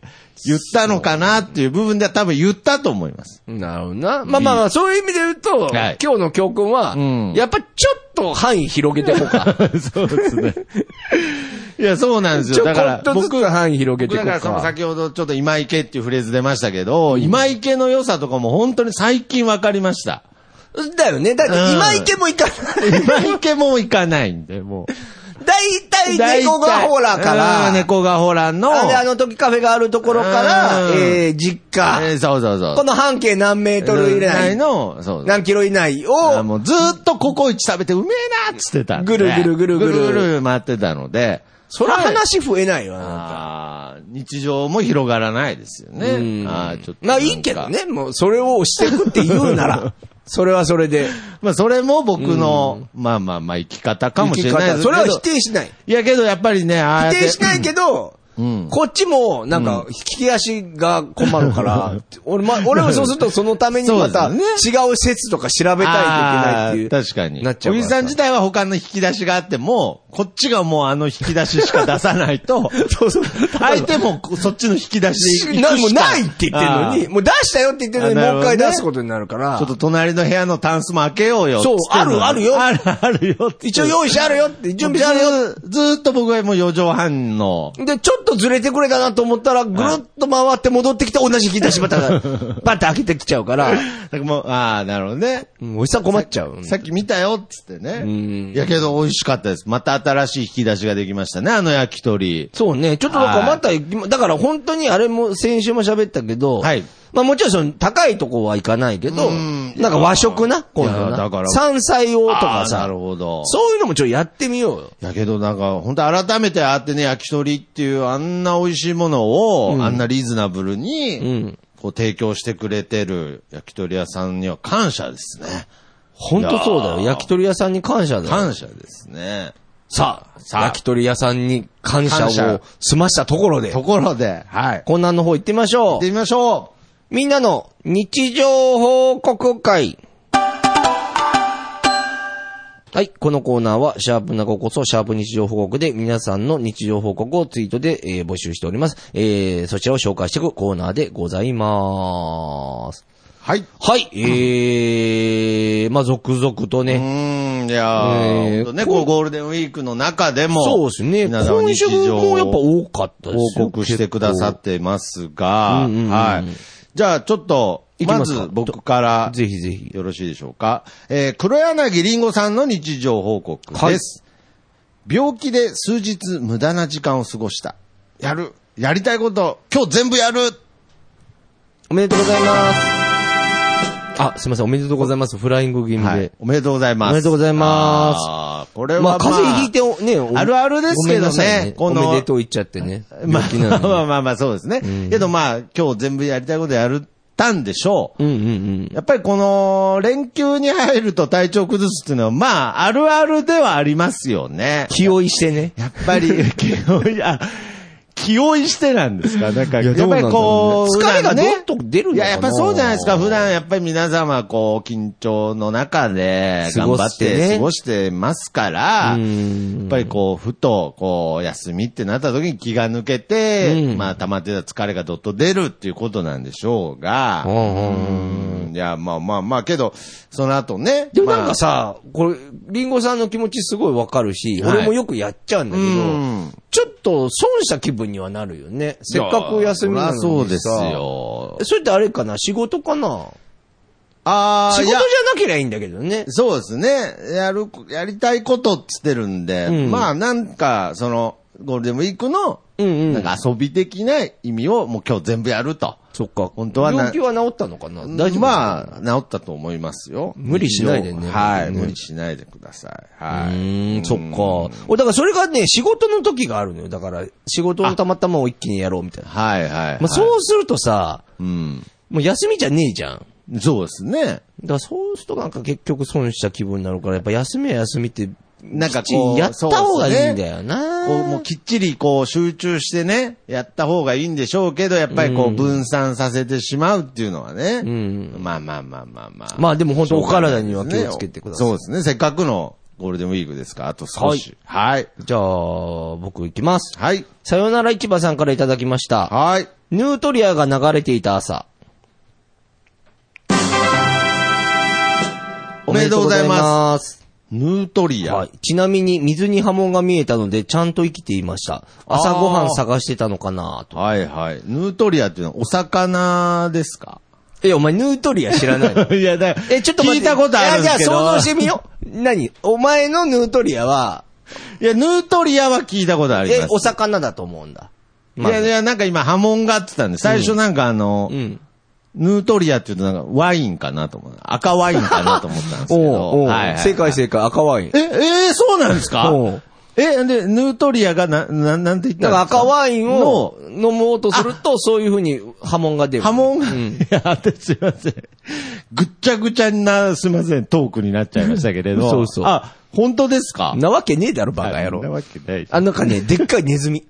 Speaker 2: 言ったのかなっていう部分では多分言ったと思 います。
Speaker 1: なるほどな。まあまあまあ、そういう意味で言うと、
Speaker 2: はい
Speaker 1: 今日の教訓は、
Speaker 2: ん
Speaker 1: やっぱちょっと範囲広げていこうか。
Speaker 2: そうですね。 いや、 そうなんです
Speaker 1: ち
Speaker 2: よ。
Speaker 1: ょ
Speaker 2: だ
Speaker 1: っ
Speaker 2: から、
Speaker 1: とずつ範囲広げていこ
Speaker 2: だ
Speaker 1: う
Speaker 2: か
Speaker 1: から
Speaker 2: その。先ほどちょっと今池っていうフレーズ出ましたけど、今池の良さとかも本当に最近分かり ました。
Speaker 1: だよね。だって
Speaker 2: うん
Speaker 1: 今池も行かない。
Speaker 2: 今池も行かないんで、も
Speaker 1: 大
Speaker 2: う。
Speaker 1: 体猫がほらか
Speaker 2: うん
Speaker 1: ら、
Speaker 2: 猫がほらの。
Speaker 1: あであの時カフェがあるところから、
Speaker 2: うん
Speaker 1: えー実家、
Speaker 2: えーそうそうそう。
Speaker 1: この半径何メートル以内、
Speaker 2: の、そう。
Speaker 1: 何キロ以内
Speaker 2: あ
Speaker 1: を、
Speaker 2: もうずーっとココイチ食べてうめえなっつってたんで。
Speaker 1: ぐるぐるぐるぐる
Speaker 2: ぐるぐる回ってたので。
Speaker 1: そら話増えないわな。
Speaker 2: あー日常も広がらないですよ
Speaker 1: うん
Speaker 2: ね。あーちょっと
Speaker 1: ま
Speaker 2: な
Speaker 1: あ
Speaker 2: んか
Speaker 1: いいけど。ね、もうそれを押してくって言うな ら、それはそれで。
Speaker 2: まあそれも僕の、まあまあまあ生き方かもしれないですけど。
Speaker 1: それは否定しない。
Speaker 2: いやけどやっぱりね、ああやっ
Speaker 1: 否
Speaker 2: て
Speaker 1: 定しないけど、
Speaker 2: うん
Speaker 1: こっちも、なんか、引き足が困る から、俺、ま、俺もそうするとそのためにまた、違
Speaker 2: そうで
Speaker 1: う
Speaker 2: す
Speaker 1: 説とか調べたいといけないっていう。
Speaker 2: あー確かに。
Speaker 1: なっちゃう
Speaker 2: お
Speaker 1: か
Speaker 2: じ
Speaker 1: ら
Speaker 2: さん自体は他の引き出しがあっても、こっちがもうあの引き出ししか出さないと、
Speaker 1: そうそう。
Speaker 2: 相手もそっちの引き出し で行
Speaker 1: な
Speaker 2: く
Speaker 1: もう
Speaker 2: しか
Speaker 1: ないって言ってるの
Speaker 2: あ
Speaker 1: に、
Speaker 2: ー
Speaker 1: もう出したよって言ってるのに、
Speaker 2: あなる
Speaker 1: もう
Speaker 2: ほ
Speaker 1: 一
Speaker 2: どね
Speaker 1: 回出すことになるから
Speaker 2: ちょっ、と隣の部屋のタンスも開けようよ。
Speaker 1: そう
Speaker 2: つってんのに
Speaker 1: あるあるよ
Speaker 2: あるあるよって。
Speaker 1: 一応用意してあるよって、準備してあるよ
Speaker 2: ずーずーっと僕はもう4畳半の。
Speaker 1: で、ちょっとずれてくれたなと思ったら、ぐるっと回って戻ってきて同じ引き出しまた、 バッて開けてきちゃうから、
Speaker 2: だからもう、ああ、なるほどね。
Speaker 1: うんおじさん困っちゃう。
Speaker 2: さっき見たよっつって
Speaker 1: ん
Speaker 2: ね。いやけど美味しかったです。また新しい引き出しができましたね、あの焼き鳥。
Speaker 1: そうね。ちょっとなんかまた行きま、だから本当にあれも先週も喋ったけど、
Speaker 2: はい
Speaker 1: まあもちろんその高いとこは行かないけど、
Speaker 2: うん
Speaker 1: なんか和食な、今度
Speaker 2: いやだか
Speaker 1: な。
Speaker 2: ら
Speaker 1: 山菜をと
Speaker 2: あ
Speaker 1: か
Speaker 2: あ、
Speaker 1: さ
Speaker 2: なる、ほど。
Speaker 1: そういうのもちょっとやってみようよ。
Speaker 2: やけどなんか、本当改めてああやってね、焼き鳥っていうあんな美味しいものを、あんなリーズナブルに、
Speaker 1: ん
Speaker 2: こう提供してくれてる焼き鳥屋さんには感謝ですね。
Speaker 1: 本当そうだよ。
Speaker 2: いやー
Speaker 1: 焼き鳥屋さんに感謝だよ。
Speaker 2: 感謝ですね。
Speaker 1: さあ、
Speaker 2: さあ
Speaker 1: 焼き鳥屋さんに感謝
Speaker 2: 感謝
Speaker 1: を済ましたところで、
Speaker 2: ところで、はい。
Speaker 1: コーナーの方行ってみまし
Speaker 2: 行
Speaker 1: ょ
Speaker 2: っ
Speaker 1: う
Speaker 2: て。みましょ
Speaker 1: みんなの日常報告会。はい。このコーナーは、シャープなここそ、シャープ日常報告で、皆さんの日常報告をツイートで、えー募集しております。えー、そちらを紹介していくコーナーでございます。
Speaker 2: う。はい。
Speaker 1: はい。えー、まあ、続々と
Speaker 2: う
Speaker 1: ね、
Speaker 2: ーん、いやー、
Speaker 1: えー
Speaker 2: ほんとね、
Speaker 1: こう
Speaker 2: こうゴールデンウィークの中でも、
Speaker 1: そうですね。
Speaker 2: 皆さんの
Speaker 1: 今
Speaker 2: 日
Speaker 1: 週
Speaker 2: 常
Speaker 1: もやっぱ
Speaker 2: を
Speaker 1: 多かったですよ
Speaker 2: 報告してくださっていますが、
Speaker 1: うんうんうん
Speaker 2: はい。じゃあ、ちょっと、
Speaker 1: いき
Speaker 2: ま
Speaker 1: ますか
Speaker 2: ず僕から、
Speaker 1: ぜひぜひ。
Speaker 2: よろしいでしょうか。えー黒柳りんごさんの日常報告です。病気で数日無駄な時間を過ごした。やる。やりたいこと、今日全部やる。
Speaker 1: おめでとうございます。あ、すいません。おめでとうございます。フライング気味で。
Speaker 2: はい。おめでとうございます。
Speaker 1: おめでとうございます
Speaker 2: あーこれは、
Speaker 1: ま
Speaker 2: ま
Speaker 1: あ、
Speaker 2: あ、
Speaker 1: 風邪ひいておね、お
Speaker 2: あるあるです
Speaker 1: ごめ
Speaker 2: けどね
Speaker 1: んなさい
Speaker 2: この
Speaker 1: おめでとう言っちゃってね。
Speaker 2: ま
Speaker 1: 病気な
Speaker 2: あ、ま
Speaker 1: の
Speaker 2: あまあまあ、そうですね。けどまあ、今日全部やりたいことやるたんでしょう。
Speaker 1: に。うんうんうん。
Speaker 2: やっぱりこの、連休に入ると体調崩すっていうのは、まあ、あるあるではありますよね。
Speaker 1: 気負いしてね。
Speaker 2: やっぱり、 気負い、あ、気負いしてなんですかなんか、
Speaker 1: いや
Speaker 2: やっ
Speaker 1: どう
Speaker 2: ぱ
Speaker 1: なんだろ
Speaker 2: り
Speaker 1: うね
Speaker 2: こう、
Speaker 1: 疲れが
Speaker 2: 普段
Speaker 1: どんどん出るの
Speaker 2: い
Speaker 1: かな
Speaker 2: や、やっぱそうじゃないですか。普段、やっぱり皆様、こう、緊張の中で、
Speaker 1: 過ご
Speaker 2: 頑張
Speaker 1: し
Speaker 2: って
Speaker 1: ね
Speaker 2: て過ごしてますから、
Speaker 1: うん
Speaker 2: やっぱりこう、ふと、こう、休みってなった時に気が抜けて、まあ、溜まってた疲れがどっと出るっていうことなんでしょうが、
Speaker 1: うんうん
Speaker 2: うんいや、まあまあまあ、けど、その後ね、
Speaker 1: でもなん
Speaker 2: まあ
Speaker 1: かさ、これ、リンゴさんの気持ちすごいわかるし、
Speaker 2: はい
Speaker 1: 俺もよくやっちゃうんだけ
Speaker 2: うん
Speaker 1: ど、ちょっと損した気分にはなるよね。せっかく休みなのにさ。
Speaker 2: そりゃそうです。よ。
Speaker 1: それってあれかな仕事かな
Speaker 2: あー
Speaker 1: 仕事
Speaker 2: い
Speaker 1: じゃ
Speaker 2: や
Speaker 1: なけりゃいいんだけどね。
Speaker 2: そうですね。やる、やりたいことっつってるんで、
Speaker 1: うん
Speaker 2: まあなんか、その、ゴールデンウィークの、
Speaker 1: うんうん
Speaker 2: なんか遊び的な意味をもう今日全部やると。
Speaker 1: そっか。
Speaker 2: 本当はな
Speaker 1: 病気は治ったのかな大丈夫あ。
Speaker 2: まあ、治ったと思いますよ。
Speaker 1: 無理しないでね
Speaker 2: 一応はい、
Speaker 1: ね
Speaker 2: 無理しないでください。
Speaker 1: う
Speaker 2: はい。
Speaker 1: ーん、そっか。俺、だからそれがね、仕事の時があるのよ。だから、仕事のたまたまを一気にやろうみたいな。
Speaker 2: はい、はい。
Speaker 1: まあ、そうするとさ、
Speaker 2: うん。
Speaker 1: もう休みじゃねえじゃん。だか
Speaker 2: そうですね。
Speaker 1: らそうするとなんか結局損した気分になるから、やっぱ休みは休みって、
Speaker 2: なんかこう
Speaker 1: きっちりやった方がいいんだよな。
Speaker 2: こう、もうきっちりこう集中してね、やった方がいいんでしょうけど、やっぱりこう分散させてしまうっていうのはね。まあまあまあまあまあ。
Speaker 1: まあでも本当
Speaker 2: しょうがな
Speaker 1: お体
Speaker 2: い
Speaker 1: には気をつけてください
Speaker 2: そうですね。せっかくのゴールデンウィークですから、あと少し。はい。
Speaker 1: じゃあ、僕行きます。
Speaker 2: はい。
Speaker 1: さよなら市場さんからいただきました。
Speaker 2: はい。
Speaker 1: ヌートリアが流れていた朝。。
Speaker 2: おめでとうございますヌートリア。
Speaker 1: はい。ちなみに、水に波紋が見えたので、ちゃんと生きていました。朝ごはん探してたのかなと。
Speaker 2: はいはい。ヌートリアっていうのはお魚ですか
Speaker 1: え、お前、ヌートリア知ら ないの
Speaker 2: いや、だ
Speaker 1: え、ちょっと待って。
Speaker 2: 聞いたことあるんですけど。
Speaker 1: いやじゃあ、想像してみよう。 何お前のヌートリアは、
Speaker 2: いや、ヌートリアは聞いたことあります
Speaker 1: え、。お魚だと思うんだ。
Speaker 2: いやいや、なんか今波紋があってたんで、最初なんかあの、
Speaker 1: うん。
Speaker 2: ヌートリアっていうとなんかワインかなと思う。赤ワインかなと思ったんですけど。
Speaker 1: おうおう
Speaker 2: はいはいはい
Speaker 1: 正解正解、赤ワイン。
Speaker 2: え、えーそうなんですか
Speaker 1: おう
Speaker 2: え、で、ヌートリアがな、な、なんて言った
Speaker 1: だから
Speaker 2: んですか
Speaker 1: 赤ワインを
Speaker 2: の
Speaker 1: 飲もうとすると、そういうふうに波紋が出る。
Speaker 2: 波紋が、 いや、私すいません。ぐっちゃぐちゃな、すいません、トークになっちゃいましたけれ ど。
Speaker 1: 嘘嘘
Speaker 2: あ、本当ですか
Speaker 1: なわけねえだろ、バカ野
Speaker 2: そんな
Speaker 1: 郎。
Speaker 2: わけない。
Speaker 1: あ、なんか ね、でっかいネズミ。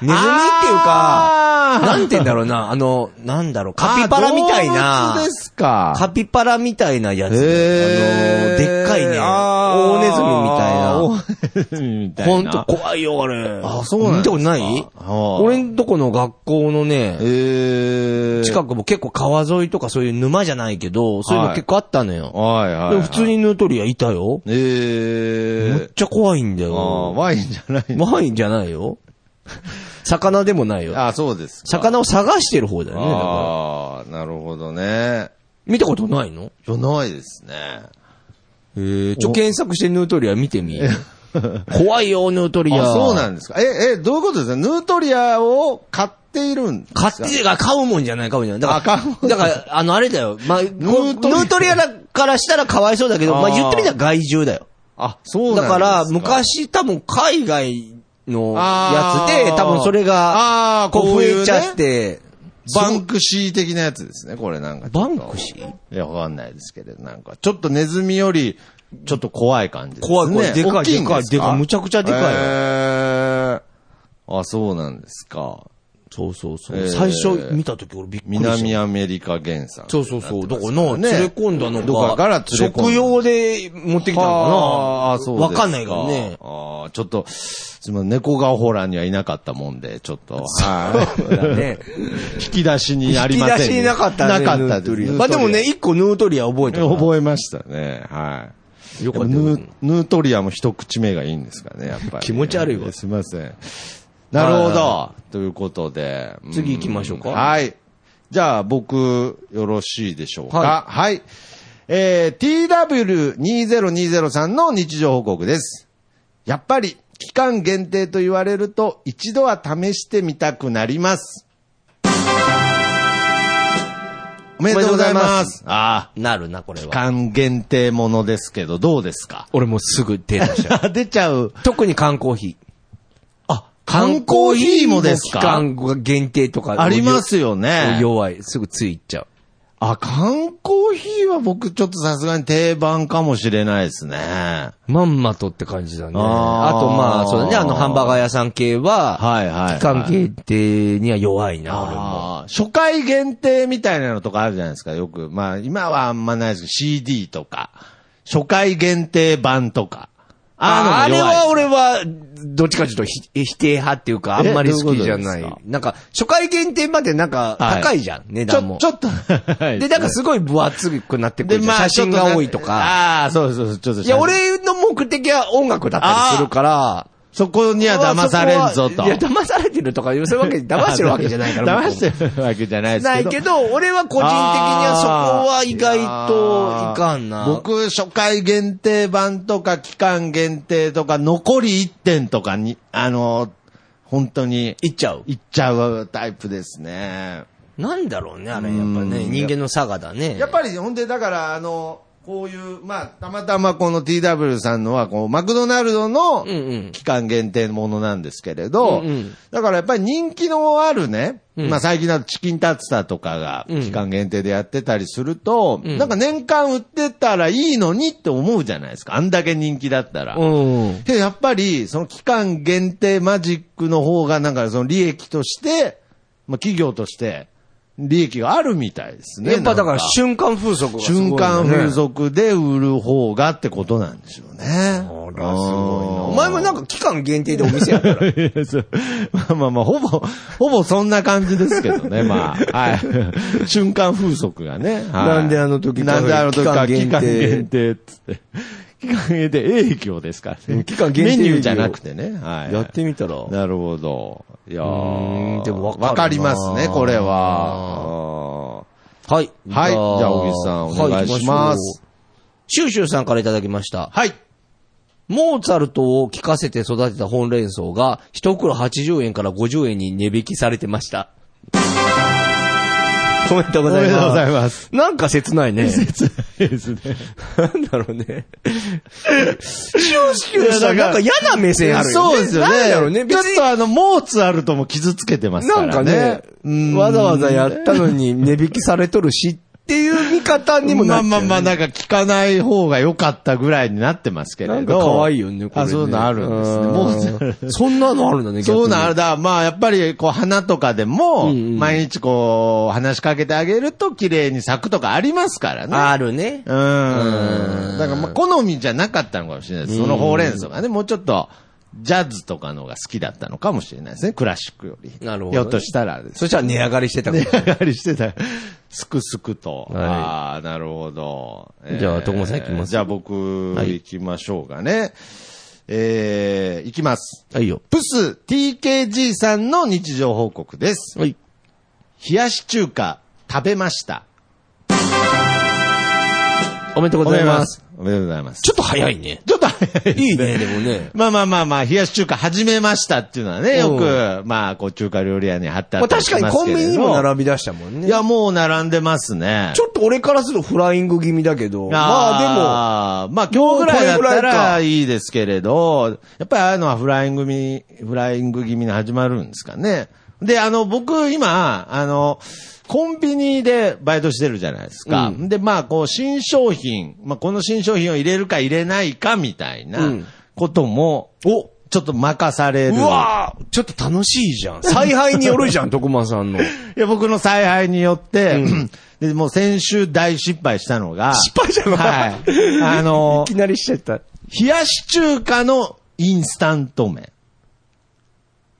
Speaker 1: ネズミっていうか、
Speaker 2: あー
Speaker 1: なんて言うんだろうな、あの、なんだろう、カピバラみたい
Speaker 2: あー動
Speaker 1: な
Speaker 2: 物で、すか。
Speaker 1: カピバラみたいなやつ。あの、
Speaker 2: へー
Speaker 1: でっかいね、
Speaker 2: あー
Speaker 1: 大ネズミみたいな。
Speaker 2: 大ネズミみたいな。
Speaker 1: ほんと怖いよ、あれ。
Speaker 2: あそうなん
Speaker 1: 見
Speaker 2: です
Speaker 1: たこと
Speaker 2: か
Speaker 1: ない
Speaker 2: はあ
Speaker 1: 俺んとこの学校のね、
Speaker 2: えー。
Speaker 1: 近くも結構川沿いとかそういう沼じゃないけど、そういうの結構あったのよ。
Speaker 2: はいはい、
Speaker 1: で
Speaker 2: はい。
Speaker 1: も普通。にヌートリアいたよ。
Speaker 2: えー。
Speaker 1: めっちゃ怖いんだ
Speaker 2: あー
Speaker 1: よ。
Speaker 2: ワインじゃない。
Speaker 1: ワインじゃないよ。 魚でもないよ。
Speaker 2: あ、そうですか。
Speaker 1: 魚を探してる方だよね。だから
Speaker 2: ああ、なるほどね。
Speaker 1: 見たことないの
Speaker 2: いや、ないですね。
Speaker 1: えちょ、検索してヌートリア見てみ。 怖いよ、ヌートリア。
Speaker 2: あ、そうなんんですか。え、え、どういうことですかヌートリアを買っているんですか
Speaker 1: 買って、買うもんじゃない、買うもんじゃない。だ
Speaker 2: あ
Speaker 1: か
Speaker 2: 買うも
Speaker 1: ら、だから、あの、あれだよ。まあ、ヌ
Speaker 2: ートリア
Speaker 1: ートリアだからしたらかわいそうだけど、まあ
Speaker 2: あー
Speaker 1: 言ってみたら害獣だよ。
Speaker 2: あ、そうなん
Speaker 1: だ
Speaker 2: です
Speaker 1: か、、
Speaker 2: から
Speaker 1: 昔多分海外のや
Speaker 2: あ
Speaker 1: つ
Speaker 2: ー
Speaker 1: で、多分それが
Speaker 2: あー、
Speaker 1: こ
Speaker 2: こ
Speaker 1: う
Speaker 2: ういう
Speaker 1: 増
Speaker 2: ね
Speaker 1: えちゃって、
Speaker 2: バンクシー的なやつですね、これなんかちょ
Speaker 1: バ
Speaker 2: っと。
Speaker 1: ンクシー
Speaker 2: いや、わかんないですけど、なんか、ちょっとネズミより、ちょっと怖い感じですね。
Speaker 1: 怖い怖いでかい
Speaker 2: 大きんす
Speaker 1: でかいでかいむちゃくちゃでかい
Speaker 2: へーあ、そうなんですか。
Speaker 1: そうそうそう。
Speaker 2: えー
Speaker 1: 最初見た時俺びっくりした。
Speaker 2: 南アメリカ原産。
Speaker 1: そうそうそう。だからな、連
Speaker 2: ね
Speaker 1: れ込んだの
Speaker 2: どこ
Speaker 1: か、
Speaker 2: かから連れ込んだ
Speaker 1: 食用で持ってきたの
Speaker 2: はああ、
Speaker 1: か
Speaker 2: そ
Speaker 1: な
Speaker 2: うです
Speaker 1: わかんないから ね。
Speaker 2: ああ、ちょっと、すみません、猫がホラーにはいなかったもんで、ちょっと、はい。
Speaker 1: ね。
Speaker 2: 引き出しにあり
Speaker 1: 引き
Speaker 2: ません、
Speaker 1: 出しになかったね。
Speaker 2: なかった
Speaker 1: ヌート
Speaker 2: です
Speaker 1: リアまあでもね、、一個ヌートリア覚え
Speaker 2: ヌ
Speaker 1: て
Speaker 2: ートリア
Speaker 1: る。
Speaker 2: 覚えましたね、はい。
Speaker 1: よかった
Speaker 2: やぱヌーヌートリアも一口目がいいんですかね、やっぱ り、
Speaker 1: 気持ち悪いわ
Speaker 2: すみません。なるほど。ということで。うん
Speaker 1: 次行きましょうか
Speaker 2: はい。じゃあ、僕、よろしいでしょう
Speaker 1: は
Speaker 2: か。はい。えー、TW2020 さんの日常報告です。やっぱり、期間限定と言われると、一度は試してみたくなります。おめでとうございます。ああ、
Speaker 1: なるな、これ
Speaker 2: 期
Speaker 1: は。
Speaker 2: 間限定ものですけど、どうですか
Speaker 1: 俺もうすぐ出ました。
Speaker 2: 出ちゃう。
Speaker 1: 特に缶コーヒー。
Speaker 2: あ、缶コーヒーもですか
Speaker 1: 缶コーヒーも期間限定とか。
Speaker 2: ありますよね
Speaker 1: お弱い。すぐついちゃう。
Speaker 2: あ、缶コーヒーは僕ちょっとさすがに定番かもしれないですね。
Speaker 1: まんまとって感じだね。
Speaker 2: あー
Speaker 1: あと、まあ、そうだね。あの、ハンバーガー屋さん系は、
Speaker 2: はいはいはい
Speaker 1: 期間限定には弱いな、俺も。
Speaker 2: あー初回限定みたいなのとかあるじゃないですか、よく。まあ、今はあんまないですけど、CD とか、初回限定版とか。
Speaker 1: あ
Speaker 2: ああいう
Speaker 1: れ
Speaker 2: のも弱い
Speaker 1: は俺は、どっちかというとひ否定派っていうか、あんまり
Speaker 2: えどう
Speaker 1: 好
Speaker 2: いう
Speaker 1: き
Speaker 2: こと
Speaker 1: じ
Speaker 2: です
Speaker 1: ゃ
Speaker 2: か
Speaker 1: ない。なんか、初回限定までなんか、
Speaker 2: はい
Speaker 1: 高いじゃん、値段も。
Speaker 2: ちょ、ちょっと、
Speaker 1: で、なんかすごい分厚くなってく
Speaker 2: で
Speaker 1: るじゃん。写真が多いとか。。
Speaker 2: ああー、そうそうそう、ちょっと。
Speaker 1: いや、、俺の目的は音楽だったりするから、
Speaker 2: そこには騙されんぞ。
Speaker 1: そことはいや、騙されてるとか、そういうわけ、 騙してるわけじゃないから。
Speaker 2: 騙してるわけじゃないですけど。
Speaker 1: ないけど、俺は個人的にはそこは意外といかんな。
Speaker 2: あー僕、初回限定版とか、期間限定とか、残り1点とかに、あの、本当に、
Speaker 1: いっちゃう。
Speaker 2: いっちゃうタイプですね。
Speaker 1: なんだろうね、あれ。やっぱね、
Speaker 2: うん
Speaker 1: 人間の差がだね。
Speaker 2: やっぱり、ほんで、だから、あの、こういう、まあ、たまたまこの TW さんのは、こう、マクドナルドの
Speaker 1: うんうん
Speaker 2: 期間限定のものなんですけれど、
Speaker 1: うんうん
Speaker 2: だからやっぱり人気のあるね、
Speaker 1: うん
Speaker 2: まあ最近だとチキンタツタとかが
Speaker 1: うん
Speaker 2: 期間限定でやってたりすると、
Speaker 1: うん
Speaker 2: なんか年間売ってたらいいのにって思うじゃないですか。あんだけ人気だったら。
Speaker 1: うん。
Speaker 2: けどやっぱり、その期間限定マジックの方が、なんかその利益として、まあ企業として、利益があるみたいですね。
Speaker 1: やっぱだから
Speaker 2: なん
Speaker 1: 瞬間風速がすごいん
Speaker 2: 瞬
Speaker 1: だよ
Speaker 2: 間
Speaker 1: ね
Speaker 2: 風。俗で売る方がってことなんでしょうね。
Speaker 1: あらすごいな。お
Speaker 2: お
Speaker 1: 前もなんか期間限定でお店やったら。
Speaker 2: いやそうま あまあまあ、ほぼ、ほぼそんな感じですけどね、まあ。はい。 瞬間風速がね。はい
Speaker 1: なんであの時か
Speaker 2: なんであの時か期
Speaker 1: 期間限定
Speaker 2: 間限定っつって。期間限定営業ですからね。
Speaker 1: 期間限定営業
Speaker 2: メニューじゃなくてね。は い。
Speaker 1: やってみたら。
Speaker 2: なるほど。いや
Speaker 1: うーん
Speaker 2: ー
Speaker 1: でもわかるな
Speaker 2: わかりますね、これは。
Speaker 1: はい。
Speaker 2: はいじゃあ小木さんお願いします。
Speaker 1: はい行きょうシューシューさんからいただきました。
Speaker 2: はい。
Speaker 1: モーツァルトを聴かせて育てた本連奏が、一袋80円から50円に値引きされてました。おめでとうご
Speaker 2: おめ
Speaker 1: ざい
Speaker 2: でとうござい
Speaker 1: ま
Speaker 2: ます。
Speaker 1: す。なんか切ないね。
Speaker 2: ですね。
Speaker 1: なんだろうね。シューシューさん、な
Speaker 2: いやだ
Speaker 1: ん
Speaker 2: か
Speaker 1: から嫌な目線あるよね。
Speaker 2: そうですよ
Speaker 1: なん
Speaker 2: ね。
Speaker 1: だろうね。
Speaker 2: ち
Speaker 1: 別
Speaker 2: ょっ
Speaker 1: に
Speaker 2: とあの、モーツァルトも傷つけてますか
Speaker 1: なん
Speaker 2: ら
Speaker 1: か
Speaker 2: ね
Speaker 1: ね。、わざわざやったのに
Speaker 2: に
Speaker 1: 値引きされとるしっていう見方にもな
Speaker 2: ま
Speaker 1: っ
Speaker 2: あ
Speaker 1: ちゃう、
Speaker 2: まあまあ、なんか聞かない方が良かったぐらいになってますけれど。
Speaker 1: なんか可愛いよね、これ、ね。
Speaker 2: あ、そういうのあるんですね。モーツァルト。
Speaker 1: そんなのあるんだね、
Speaker 2: そうな
Speaker 1: る。
Speaker 2: んだ。まあ、やっぱり、こう、花とかで
Speaker 1: う
Speaker 2: も、
Speaker 1: んうん
Speaker 2: 毎日こう、話しかけてあげると、綺麗に咲くとかありますからね。
Speaker 1: あるね
Speaker 2: う。ーん。だから、まあ、好みじゃなかったのかもしれないです。そのほうれん草がね、もうちょっと、ジャズとかの方が好きだったのかもしれないですね。クラシックより。
Speaker 1: なるほどね
Speaker 2: ひょっとしたらです
Speaker 1: そしたら値上がりしてたか
Speaker 2: 値
Speaker 1: ら。
Speaker 2: 上がりしてた。すくすくと。
Speaker 1: はい
Speaker 2: ああ、なるほど。
Speaker 1: じゃあ徳間さん行きます
Speaker 2: じゃあ僕、
Speaker 1: はい
Speaker 2: 行きましょうかね。えー、行きます。
Speaker 1: はいよ。
Speaker 2: プス TKG さんの日常報告です。
Speaker 1: はい。
Speaker 2: 冷やし中華食べました。
Speaker 1: おめでとうございます。。
Speaker 2: おめでとうございます。
Speaker 1: ちょっと早いね。
Speaker 2: ちょっと早いですね
Speaker 1: いいね、でもね。
Speaker 2: まあまあまあまあ、冷やし中華始めましたっていうのはね、よく、まあ、こう、中華料理屋に貼ってあ
Speaker 1: ま
Speaker 2: っ
Speaker 1: あ
Speaker 2: た
Speaker 1: 確
Speaker 2: りし
Speaker 1: かに
Speaker 2: ます
Speaker 1: コン
Speaker 2: けれど
Speaker 1: ビニにも並び出したもんね。
Speaker 2: いや、もう並んでますね。
Speaker 1: ちょっと俺からするとフライング気味だけど。まあ
Speaker 2: あーまあでも、まあ今日ぐらいだっ
Speaker 1: もうこれ
Speaker 2: た
Speaker 1: ぐらいから
Speaker 2: いいですけれど、やっぱりああいうのはフライングみ、フライング気味に始まるんですかね。で、あの、僕、今、あの、コンビニでバイトしてるじゃないですか。
Speaker 1: うん
Speaker 2: で、まあ、こう、新商品、まあ、この新商品を入れるか入れないかみたいな
Speaker 1: うん
Speaker 2: ことも、
Speaker 1: お
Speaker 2: ちょっと任され
Speaker 1: で
Speaker 2: る。
Speaker 1: も、うわぁ、ちょっと楽しいじゃ ん。采配によるじ ゃん、徳間さんの。
Speaker 2: いや、僕の采配によって、 で、もう先週大失敗したのが、
Speaker 1: 失敗じゃない
Speaker 2: はい。あの
Speaker 1: い、きなりしちゃった。
Speaker 2: 冷やし中華のインスタント麺。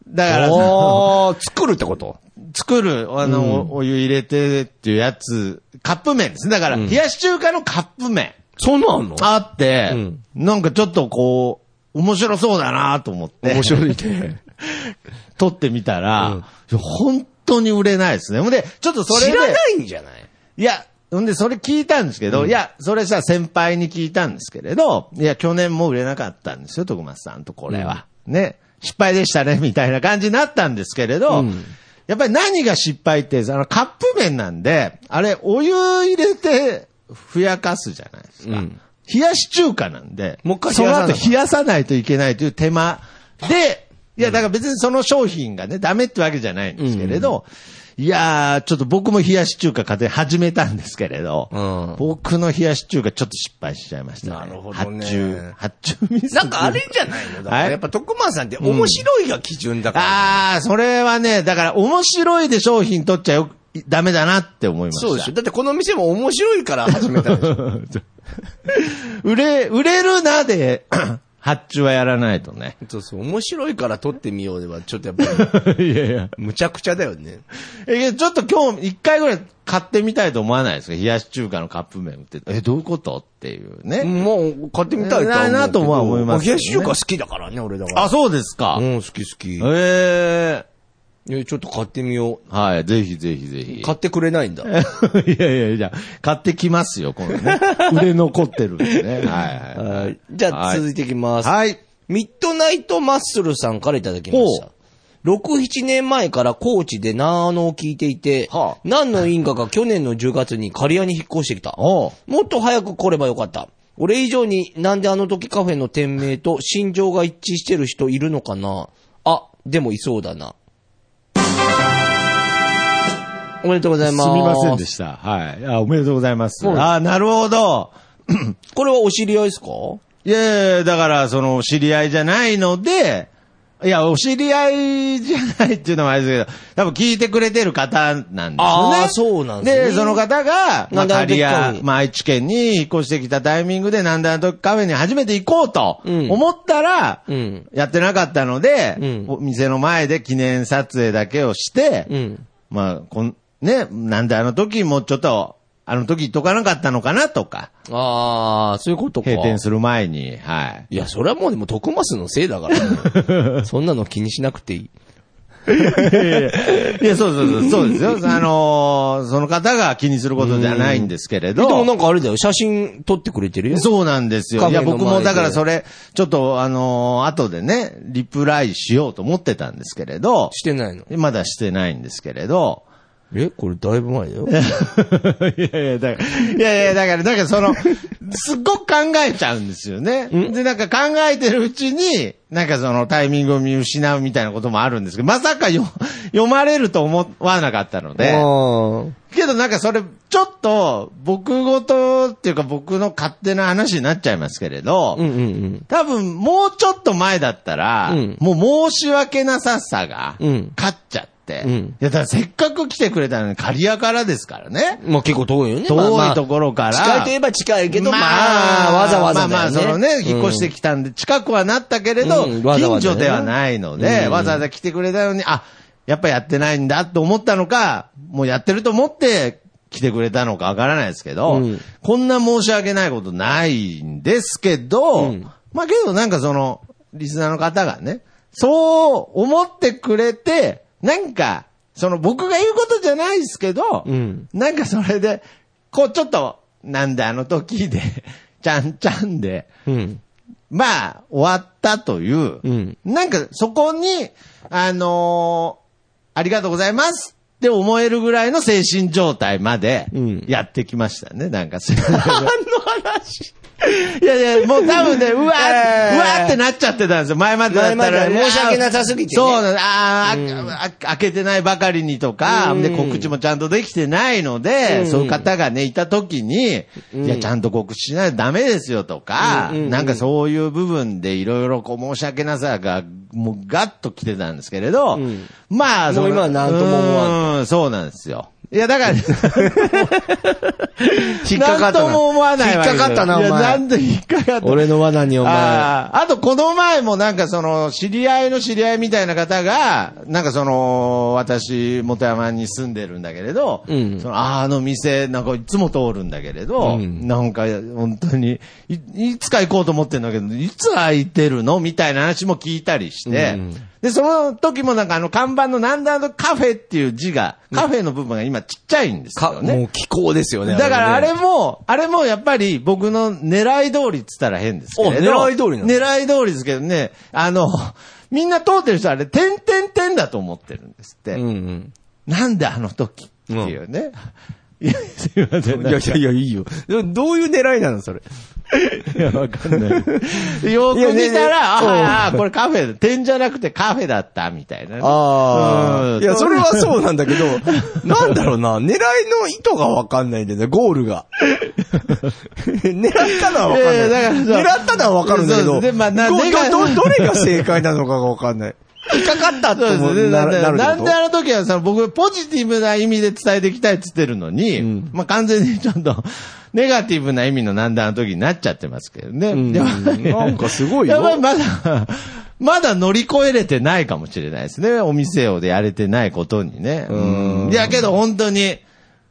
Speaker 2: だから、
Speaker 1: おー、作るってこと
Speaker 2: 作る、あの、お湯入れてっていうやつ、カップ麺ですね。だから、冷やし中華のカップ麺
Speaker 1: そんなんあんの
Speaker 2: あって、
Speaker 1: うん
Speaker 2: なんかちょっとこう、面白そうだなと思っ て。
Speaker 1: 面白いね。
Speaker 2: 撮ってみたら、
Speaker 1: うん
Speaker 2: いや本当に売れないですね。ほんで、ちょっとそれで。
Speaker 1: 知らないんじゃない
Speaker 2: いや、ほんで、それ聞いたんですけど、いや、それさ、先輩に聞いたんですけれど、いや、去年も売れなかったんですよ、徳松さんとこれは。ね。失敗でしたね、みたいな感じになったんですけれど、
Speaker 1: うん
Speaker 2: やっぱり何が失敗って、あの、カップ麺なんで、あれ、お湯入れて、ふやかすじゃないですか。
Speaker 1: うん
Speaker 2: 冷やし中華なんで、
Speaker 1: もう一回
Speaker 2: そ
Speaker 1: 冷やさ
Speaker 2: の
Speaker 1: な
Speaker 2: 後
Speaker 1: い
Speaker 2: 冷やさないといけないという手間で、いや、だから別にその商品がね、ダメってわけじゃないんですけれど、いやー、ちょっと僕も冷やし中華家庭始めたんですけれど、
Speaker 1: うん
Speaker 2: 僕の冷やし中華ちょっと失敗しちゃいましたね。
Speaker 1: なるほどね
Speaker 2: 発注、発注ミス。
Speaker 1: なんかあれじゃないのだから
Speaker 2: はい
Speaker 1: やっぱ徳間さんって面白いが基準だから。
Speaker 2: あー、それはね、だから面白いで商品取っちゃよ、ダメだなって思いました。
Speaker 1: そうでしょ。だってこの店も 面白いから始めたでしょ。
Speaker 2: 売れ、売れるなで、 発注はやらないとね。
Speaker 1: そうそう、面白いから撮ってみようでは、ちょっとやっぱ り、
Speaker 2: いやいや。
Speaker 1: むちゃくちゃだよね。
Speaker 2: え、ちょっと今日、一回ぐらい買ってみたいと思わないですか冷やし中華のカップ麺売って。え、どういうことっていうね。
Speaker 1: もう、買ってみたいとは思うけど。
Speaker 2: ななとは思いますけどね
Speaker 1: 冷やし中華好きだからね、俺だから。
Speaker 2: あ、そうですか。
Speaker 1: う
Speaker 2: え
Speaker 1: ん、好き好き。
Speaker 2: え
Speaker 1: えちょっと買ってみよ
Speaker 2: はい、ぜひぜひぜひ
Speaker 1: う。。買ってくれないんだ。
Speaker 2: いやいやいや、買ってきますよ、この ね。売れ残ってるんでね。はいはい。
Speaker 1: はい。じゃあ、
Speaker 2: はい
Speaker 1: 続いていきます。
Speaker 2: はい。
Speaker 1: ミッドナイトマッスルさんからいただきました
Speaker 2: ほ。
Speaker 1: 6、7年前から高知でナーノを聞いていて、
Speaker 2: はあ
Speaker 1: 何の因果か去年の10月に刈谷に引っ越してきた。
Speaker 2: おう
Speaker 1: もっと早く来ればよかった。俺以上になんであの時カフェの店名と心情が一致してる人いるのかなあ、でもいそうだな。おめでとうござい
Speaker 2: す
Speaker 1: ます。
Speaker 2: みませんでした。はい。あ、おめでとうございます。
Speaker 1: そうです
Speaker 2: あ、なるほど。
Speaker 1: これはお知り合いですか
Speaker 2: いやいやだから、その、知り合いじゃないので、いや、お知り合いじゃないっていうのもあれですけど、多分聞いてくれてる方なんですよね。
Speaker 1: あーそうなんですね
Speaker 2: その方が、ま
Speaker 1: な
Speaker 2: あ、
Speaker 1: んであの
Speaker 2: カ
Speaker 1: 時
Speaker 2: リ
Speaker 1: カフ
Speaker 2: ア
Speaker 1: ェ、に
Speaker 2: まあ、愛知県に引っ越してきたタイミングで、なんであの時カフェに初めて行こうと、
Speaker 1: うん
Speaker 2: 思ったら、
Speaker 1: うん
Speaker 2: やってなかったので、
Speaker 1: うん
Speaker 2: お店の前で記念撮影だけをして、
Speaker 1: うん。
Speaker 2: まあ、こん、ね、なんであの時もうちょっと、あの時言っとかなかったのかなとか、
Speaker 1: あー、そういうことか。
Speaker 2: 閉店する前に、はい。
Speaker 1: いや、それはもうでも、徳スのせいだから、 ね。そんなの気にしなくていい。
Speaker 2: いや、そうそうそう、そうですよ。あのーその方が気にすることじゃないんですけれ
Speaker 1: でも
Speaker 2: ど
Speaker 1: な。んかあれだよ、写真撮ってくれてるよ。
Speaker 2: そうなんです
Speaker 1: カ
Speaker 2: よ。い
Speaker 1: フェ
Speaker 2: や、
Speaker 1: の前で
Speaker 2: 僕もだからそれ、ちょっとあのー後でね、リプライしようと思ってたんですけれど、
Speaker 1: してないの。
Speaker 2: まだしてないんですけれど、
Speaker 1: えこれだいぶ前だよ。
Speaker 2: いやいや、だから、いやいや、だから、だからその、すっごく考えちゃうんですよね。で、なんか考えてるうちに、なんかそのタイミングを見失うみたいなこともあるんですけど、まさかよ読まれると思わなかったので、
Speaker 1: あ
Speaker 2: けどなんかそれ、ちょっと、僕ごとっていうか僕の勝手な話になっちゃいますけれ
Speaker 1: ー
Speaker 2: ど、
Speaker 1: うんうん
Speaker 2: 多分もうちょっと前だったら、
Speaker 1: うん
Speaker 2: もう申し訳なささが、
Speaker 1: うん
Speaker 2: 勝っちゃって、
Speaker 1: うん
Speaker 2: いや、だからせっかく来てくれたのに、刈谷からですからね。
Speaker 1: うん。まあ結構遠いよね。
Speaker 2: 遠
Speaker 1: まあま
Speaker 2: い
Speaker 1: あ
Speaker 2: ところから。
Speaker 1: 近いといえば近いけど、まあ、わざわざだよね。
Speaker 2: まあまあ、そのね、引っ越して
Speaker 1: き
Speaker 2: きたんで、近くはなったけれど、
Speaker 1: うんわざわざね
Speaker 2: 近所ではないので、
Speaker 1: うん
Speaker 2: わざわざ来てくれたのに、あ、やっぱやってないんだと思ったのか、もうやってると思って来てくれたのかわからないですけど、
Speaker 1: うん
Speaker 2: こんな申し訳ないことないんですけど、
Speaker 1: うん
Speaker 2: まあけどなんかその、リスナーの方がね、そう思ってくれて、なんか、その僕が言うことじゃないですけど、
Speaker 1: うん
Speaker 2: なんかそれで、こうちょっと、なんであの時で、 ちゃんちゃんで、
Speaker 1: うん。
Speaker 2: まあ、終わったという、
Speaker 1: うん
Speaker 2: なんかそこに、あのーありがとうございますって思えるぐらいの精神状態まで
Speaker 1: うん、
Speaker 2: やってきましたね、なんか。そ の話。いやいや、もう多分ね、うわー、うわ
Speaker 1: えー
Speaker 2: ーってなっちゃってたんですよ。前までだったら。
Speaker 1: 前までは申し訳なさすぎてね
Speaker 2: そうなんあーあ、あ開けてないばかりにとか、
Speaker 1: うん
Speaker 2: で、告知もちゃんとできてないので、
Speaker 1: うん
Speaker 2: そういう方がね、いた時に、いや、ちゃんと告知しないとダメですよとか、
Speaker 1: うんうんうん
Speaker 2: なんかそういう部分でいろいろこう申し訳なさが、もうガッと来てたんですけれど、
Speaker 1: ん
Speaker 2: まあ、
Speaker 1: もう今はなんとも思わ
Speaker 2: わうん、そうなんですよ。いや、だから、
Speaker 1: 引っかかったな。
Speaker 2: なんとも思わない
Speaker 1: 引
Speaker 2: わ
Speaker 1: っ
Speaker 2: け
Speaker 1: かかったな、お
Speaker 2: いや、なん
Speaker 1: 前。
Speaker 2: で引っかかった
Speaker 1: 俺の罠にお前。
Speaker 2: あーあと、この前もなんかその、知り合いの知り合いみたいな方が、なんかその、私、元山に住んでるんだけれど、
Speaker 1: うん
Speaker 2: そのあーあの店、なんかいつも通るんだけれど、
Speaker 1: うん
Speaker 2: なんか本当にい、いつか行こうと思ってんだけど、いつ空いてるのみたいな話も聞いたりして、
Speaker 1: うん
Speaker 2: で、その時もなんかあの看板のなんだのカフェっていう字が、カフェの部分が今ちっちゃいんです
Speaker 1: か、
Speaker 2: よね。
Speaker 1: もう気候ですよね。
Speaker 2: だからあ
Speaker 1: ね
Speaker 2: れも、あれもやっぱり僕の狙い通りっつったら変ですけれど。
Speaker 1: お狙い通りなの
Speaker 2: 狙い通りですけどね、あの、みんな通ってる人はあれ、点点点だと思ってるんですって。
Speaker 1: うん
Speaker 2: なんであの時っていうね。 いや、すいませ。
Speaker 1: うん ん。いやいやいや、いいよ。でもどういう狙いなの、それ。
Speaker 2: いや、わかんない。よく
Speaker 1: いやね
Speaker 2: 見たら、
Speaker 1: うん
Speaker 2: ああ、これカフェだ、点じゃなくてカフェだった、みたいなね。
Speaker 1: ああ。
Speaker 2: うん
Speaker 1: いや、それはそうなんだ けど、なんだろうな、狙いの意図がわかんないんだよね、ゴールが。 狙ったのはわかんない。
Speaker 2: いやいやだから
Speaker 1: 狙ったのはわかるんだけ
Speaker 2: そ
Speaker 1: ど、
Speaker 2: うですねまあな
Speaker 1: ど
Speaker 2: でか
Speaker 1: どどどれが正解なのかがわかん ない。引っかかったって
Speaker 2: そう
Speaker 1: 思
Speaker 2: ですね。
Speaker 1: うな
Speaker 2: な
Speaker 1: るなる
Speaker 2: な
Speaker 1: っ
Speaker 2: ん
Speaker 1: て
Speaker 2: で
Speaker 1: こ
Speaker 2: あの時はさ、僕ポジティブな意味で伝えていきたいって言ってるのに、まあ完全にちょっと、ネガティブな意味のなんだの時になっちゃってますけどね。
Speaker 1: ん
Speaker 2: やっぱり
Speaker 1: なんかすごいよ
Speaker 2: やっぱりまだ、まだ乗り越えれてないかもしれないですね。お店をでやれてないことにね。うんいやけど本当に、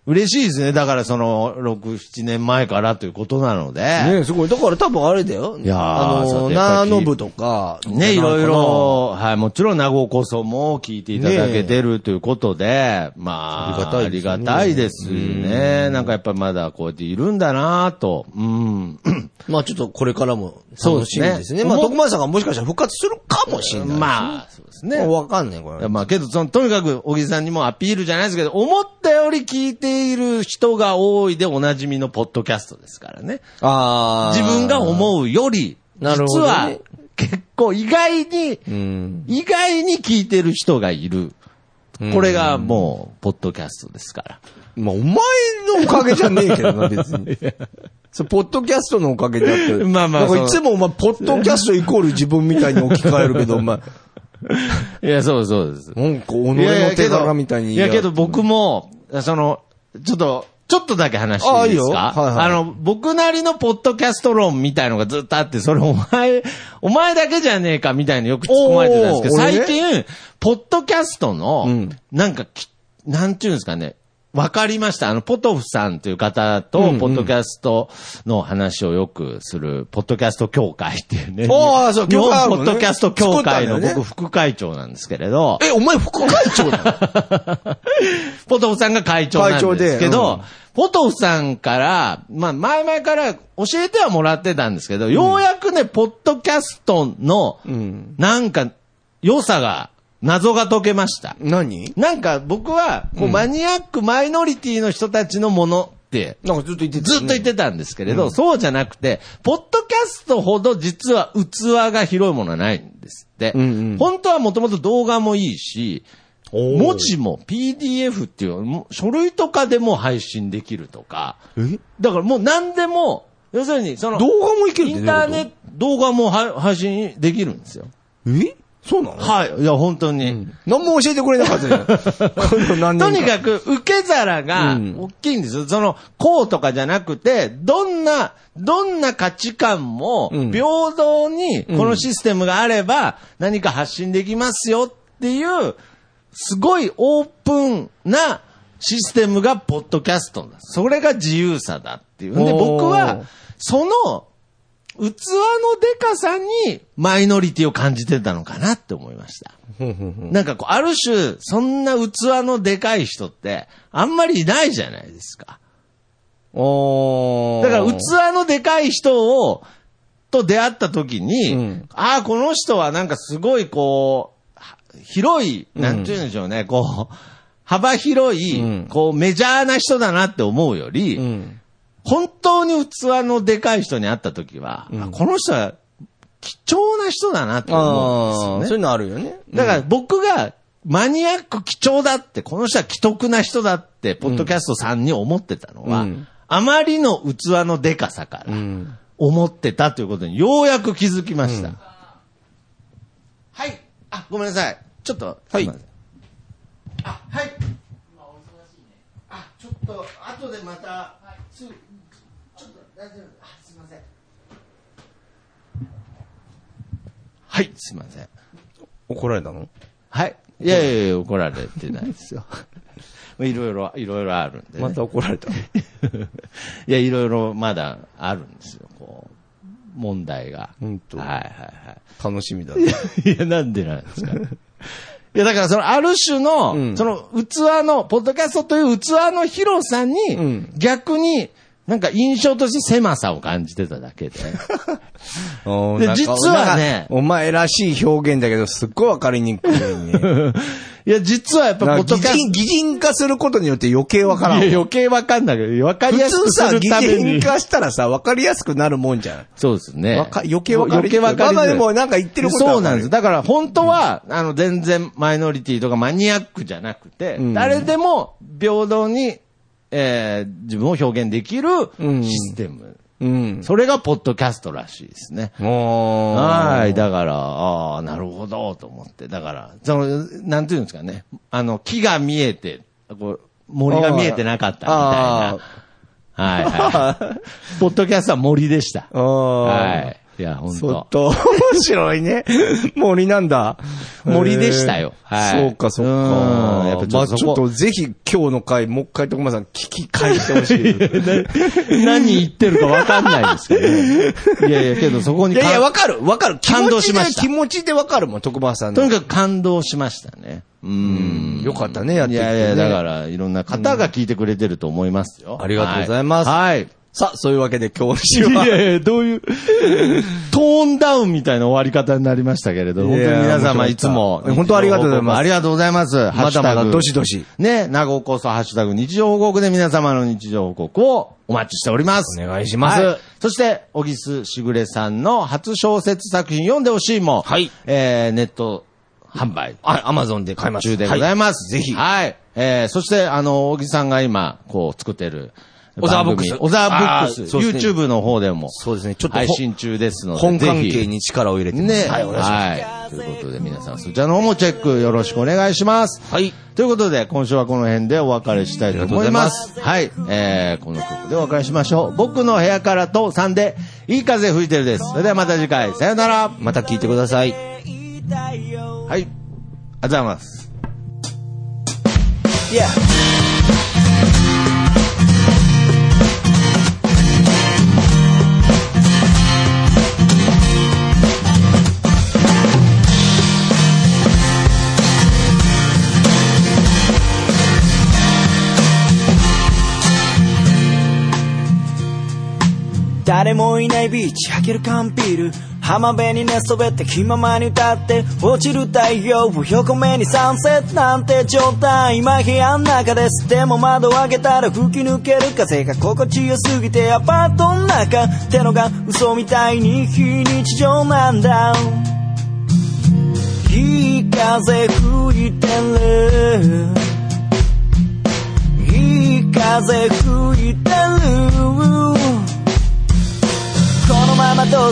Speaker 2: 嬉しいですね。だからその、6、7年前からということなので。
Speaker 1: ねすごい。だから多分あれだよ。
Speaker 2: いやー
Speaker 1: あ
Speaker 2: そう
Speaker 1: の、
Speaker 2: だやっぱ
Speaker 1: ナー
Speaker 2: り
Speaker 1: ノブとか。
Speaker 2: ね、いろい。ろ、はい、もちろん、名護こそも聞いていただけてるということで、まあ、あ
Speaker 1: あ
Speaker 2: り
Speaker 1: り
Speaker 2: が
Speaker 1: が
Speaker 2: た
Speaker 1: た
Speaker 2: い
Speaker 1: い
Speaker 2: で
Speaker 1: です
Speaker 2: ね。なんかやっぱまだこうやっているんだなと。うん。
Speaker 1: まあちょっとこれからも
Speaker 2: そうで
Speaker 1: 楽
Speaker 2: す
Speaker 1: し
Speaker 2: ね
Speaker 1: みですね。まあ徳松さんがもしかしたら復活するかもしれない。
Speaker 2: まあ、そうです
Speaker 1: ね。
Speaker 2: ね。
Speaker 1: わかんない、これ。
Speaker 2: まあけど、その、とにかく、小木さんにもアピールじゃないですけど、思ったより聞いている人が多いでおなじみのポッドキャストですからね。
Speaker 1: あ
Speaker 2: 自分が思うより、
Speaker 1: なるほ
Speaker 2: 実
Speaker 1: ど
Speaker 2: は
Speaker 1: ね、
Speaker 2: 結構意外に、
Speaker 1: う。うん。
Speaker 2: 意外に聞いてる人がいる。
Speaker 1: うん
Speaker 2: これがもう、ポッドキャストですから。
Speaker 1: まあお前のおかげじゃねえけどな、別に。そうポッドキャストのおかげであって。
Speaker 2: まあまあ
Speaker 1: なんか
Speaker 2: その
Speaker 1: いつもお前、ポッドキャストイコール自分みたいに置き換えるけど、お前、
Speaker 2: いや、そうそうです。
Speaker 1: なんか己
Speaker 2: いやい
Speaker 1: の
Speaker 2: や
Speaker 1: 手
Speaker 2: けど
Speaker 1: 柄みたいに
Speaker 2: いや、けど僕も、その、ちょっと、ちょっとだけ話していいです
Speaker 1: あいいよは
Speaker 2: か
Speaker 1: いはい
Speaker 2: あの、僕なりのポッドキャスト論みたいのがずっとあって、それお前、 お前だけじゃねえかみたいによく突っ込まれてたんですけど、
Speaker 1: おー俺ね
Speaker 2: 最近、ポッドキャストの、
Speaker 1: うん
Speaker 2: なんかき、なんちゅうんですかね、わかりました。あの、ポトフさんという方と、ポッドキャストの話をよくする、ポッドキャスト協会っていうね。
Speaker 1: おーそう
Speaker 2: 日本
Speaker 1: 協会ある
Speaker 2: ポ
Speaker 1: の
Speaker 2: ッ
Speaker 1: ね
Speaker 2: ドキャスト協会
Speaker 1: 作った
Speaker 2: の
Speaker 1: んだよね
Speaker 2: 僕、副会長なんですけれど。
Speaker 1: え、お前副会長だよ
Speaker 2: ポトフさんが会長なんです
Speaker 1: 会長
Speaker 2: けど、
Speaker 1: でうん
Speaker 2: ポトフさんから、まあ、前々から教えてはもらってたんですけど、ようやくね、ポッドキャストの、
Speaker 1: ん
Speaker 2: なんか、良さが、謎が解けました。
Speaker 1: 何
Speaker 2: なんか、僕は、こう、マニアックマイノリティの人たちのものって、
Speaker 1: なんかずっと言ってた
Speaker 2: ずっと言ってたんですけれど、そうじゃなくて、ポッドキャストほど実は器が広いものはないんですって。
Speaker 1: うんうん
Speaker 2: 本当はもともと動画もいいし、
Speaker 1: おー
Speaker 2: 文字も PDF っていう、もう書類とかでも配信できるとか。
Speaker 1: え
Speaker 2: だからもう何でも、要するにその、
Speaker 1: 動画もいけるっ
Speaker 2: イ
Speaker 1: て
Speaker 2: ンターネット、動画もは配信できるんですよ。
Speaker 1: えそうなの
Speaker 2: はい。いや、本当に。
Speaker 1: 何も教えてくれなかった じゃん。この何
Speaker 2: と
Speaker 1: 年
Speaker 2: にかく、受け皿が
Speaker 1: うん
Speaker 2: 大きいんですよ。その、こうとかじゃなくて、どんな、どんな価値観も、
Speaker 1: うん
Speaker 2: 平等に、
Speaker 1: ん
Speaker 2: このシステムがあれば、何か発信できますよっていう、すごいオープンなシステムが、ポッドキャストなんです。それが自由さだっていう。で、
Speaker 1: おー
Speaker 2: 僕は、その、器のでかさに、マイノリティを感じてたのかなって思いました。なんかこう、ある種、そんな器のでかい人って、あんまりいないじゃないですか。
Speaker 1: おー
Speaker 2: だから、器のでかい人を、と出会った時に、
Speaker 1: うん
Speaker 2: ああ、この人はなんかすごいこう、は広い、なんて言うんでしょうね、こう、幅広い、
Speaker 1: うん
Speaker 2: こう、メジャーな人だなって思うより、
Speaker 1: うん。
Speaker 2: 本当に器のでかい人に会った時は、あこの人は貴重な人だなって
Speaker 1: あ
Speaker 2: 思うん
Speaker 1: あ、
Speaker 2: です
Speaker 1: そういう
Speaker 2: よね。
Speaker 1: のあるよね。
Speaker 2: だから僕がマニアック貴重だって、この人は既得な人だって、ポッドキャストさんに思ってたのは、
Speaker 1: うん
Speaker 2: あまりの器のでかさか
Speaker 1: う
Speaker 2: ら
Speaker 1: ん。
Speaker 2: 思ってたということにようやく気づきました。はい。あ、ごめんなさい。ちょっと。
Speaker 1: はい
Speaker 2: すませんあ、はい。あ、ちょっと、後でまた、すぐ、ちょっと、大丈夫あ、すいません。はい、すいません。
Speaker 1: 怒られたの
Speaker 2: はい。いやいやいや、怒られてないです よ。いろいろ、いろいろあるんで、ね。
Speaker 1: また怒られ た。
Speaker 2: いや、いろいろまだあるんですよ、こう。問題が。
Speaker 1: ほんと
Speaker 2: はいはいはい。
Speaker 1: 楽しみだね。
Speaker 2: いや、なんでなんですか。いや、だからその、ある種の、
Speaker 1: うん
Speaker 2: その、器の、ポッドキャストという器の広さに、
Speaker 1: ん
Speaker 2: 逆に、なんか印象として狭さを感じてただけで。
Speaker 1: おー
Speaker 2: で
Speaker 1: なんか
Speaker 2: 実はね
Speaker 1: お前らしい表現だけど、すっごいわかりにくい ね。
Speaker 2: いや、実はやっぱ、
Speaker 1: な
Speaker 2: ポッ
Speaker 1: んか
Speaker 2: ド
Speaker 1: 擬
Speaker 2: キャス
Speaker 1: 人擬人化することによって余計わ
Speaker 2: ト、
Speaker 1: からんわ。
Speaker 2: いや余計わかんないけど、わかりや
Speaker 1: 普
Speaker 2: す
Speaker 1: 通
Speaker 2: くす
Speaker 1: さ、
Speaker 2: る
Speaker 1: 擬
Speaker 2: ために
Speaker 1: 人。化したらさ、わかりやすくなるもんじゃん。
Speaker 2: そうですね。
Speaker 1: わか余計わかり
Speaker 2: 余計わかりづ
Speaker 1: ま
Speaker 2: ら
Speaker 1: あ
Speaker 2: い
Speaker 1: でもなんか言ってることは
Speaker 2: そ
Speaker 1: わ
Speaker 2: う
Speaker 1: か
Speaker 2: なん
Speaker 1: る
Speaker 2: です。だから本当は、あの、全然マイノリティとかマニアックじゃなくて、
Speaker 1: ん
Speaker 2: 誰でも平等に、えー自分を表現できる
Speaker 1: ん
Speaker 2: システム。
Speaker 1: うん。
Speaker 2: それがポッドキャストらしいですね。
Speaker 1: もう。
Speaker 2: はい。だから、ああ、なるほど、と思って。だから、その、なんていうんですかね。あの、木が見えて、こう森が見えてなかったみたいな。
Speaker 1: あーあー
Speaker 2: はい はい。ポッドキャストは森でした。
Speaker 1: ああ。
Speaker 2: はい。いや、本
Speaker 1: そ
Speaker 2: 当
Speaker 1: っ。と、面白い ね。森なんだ。
Speaker 2: 森でしたよはい
Speaker 1: そうか、そう
Speaker 2: う
Speaker 1: か。
Speaker 2: ん
Speaker 1: や
Speaker 2: や
Speaker 1: っ
Speaker 2: っ
Speaker 1: ぱ
Speaker 2: ぱ
Speaker 1: ち
Speaker 2: ち
Speaker 1: ょ
Speaker 2: ょ
Speaker 1: っと,、
Speaker 2: っとそこ
Speaker 1: ぜひ今日の回、もう一回徳間さん聞き返してほしい。
Speaker 2: 何言ってるか分かんないですけど ね。いやいや、けどそこ
Speaker 1: い
Speaker 2: に
Speaker 1: やいや、
Speaker 2: か
Speaker 1: わかる、わかる。気持ちで
Speaker 2: 感動しました
Speaker 1: 気持ちでわかるもん、徳間さんの
Speaker 2: とにかく感動しましたね。うん。
Speaker 1: よかったねやってきてね
Speaker 2: いやいや、だから、いろんな方が聞いてくれてると思いますよ。
Speaker 1: ありがとうございます
Speaker 2: はい。はい
Speaker 1: さあ、そういうわけで今日
Speaker 2: い
Speaker 1: の週は。
Speaker 2: やいや、どういう、トーンダウンみたいな終わり方になりましたけれど、本当に皆様いつも。
Speaker 1: 本当ありがとうございます
Speaker 2: ありがとうございます。
Speaker 1: まだまだどしど
Speaker 2: し。
Speaker 1: し。
Speaker 2: ね、名古屋こそハッシュタグ日常報告で皆様の日常報告をお待ちしております。
Speaker 1: お願いします
Speaker 2: はいそして、小木須しぐれさんの初小説作品読んでほしいも、
Speaker 1: はい
Speaker 2: えー、ネット販売。
Speaker 1: あ、アマゾンで買いました。
Speaker 2: 中でございます。
Speaker 1: はいぜひ
Speaker 2: はい。えー、そして、あの、小木さんが今、こう、作ってる
Speaker 1: 小
Speaker 2: 番組。
Speaker 1: 沢ブックス
Speaker 2: 小沢ブックス
Speaker 1: あー。そうですね
Speaker 2: YouTube の方でも。
Speaker 1: そうですねちょっとほ
Speaker 2: 配信中ですので。
Speaker 1: 本関
Speaker 2: ぜ
Speaker 1: 係
Speaker 2: ひ
Speaker 1: に力を入れてます
Speaker 2: ね。
Speaker 1: はい、お願いします。
Speaker 2: はい。ということで、皆さん、そちらの方もチェックよろしくお願いします。
Speaker 1: はい。
Speaker 2: ということで、今週はこの辺でお別れしたいと思います。はい。えー、この曲でお別れしましょう。僕の部屋からと3で、いい風吹いてるです。それではまた次回、さよなら。
Speaker 1: また聞いてください。
Speaker 2: はい。ありがとうございます。
Speaker 4: 誰もいないビーチ開ける缶ビール浜辺に寝そべって気ままに歌って落ちる太陽を横目にサンセットなんて状態今部屋の中ですでも窓を開けたら吹き抜ける風が心地よすぎてアパートの中ってのが嘘みたいに非日常なんだいい風吹いてるいい風吹いてるこのままと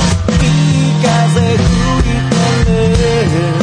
Speaker 4: いい風吹いてる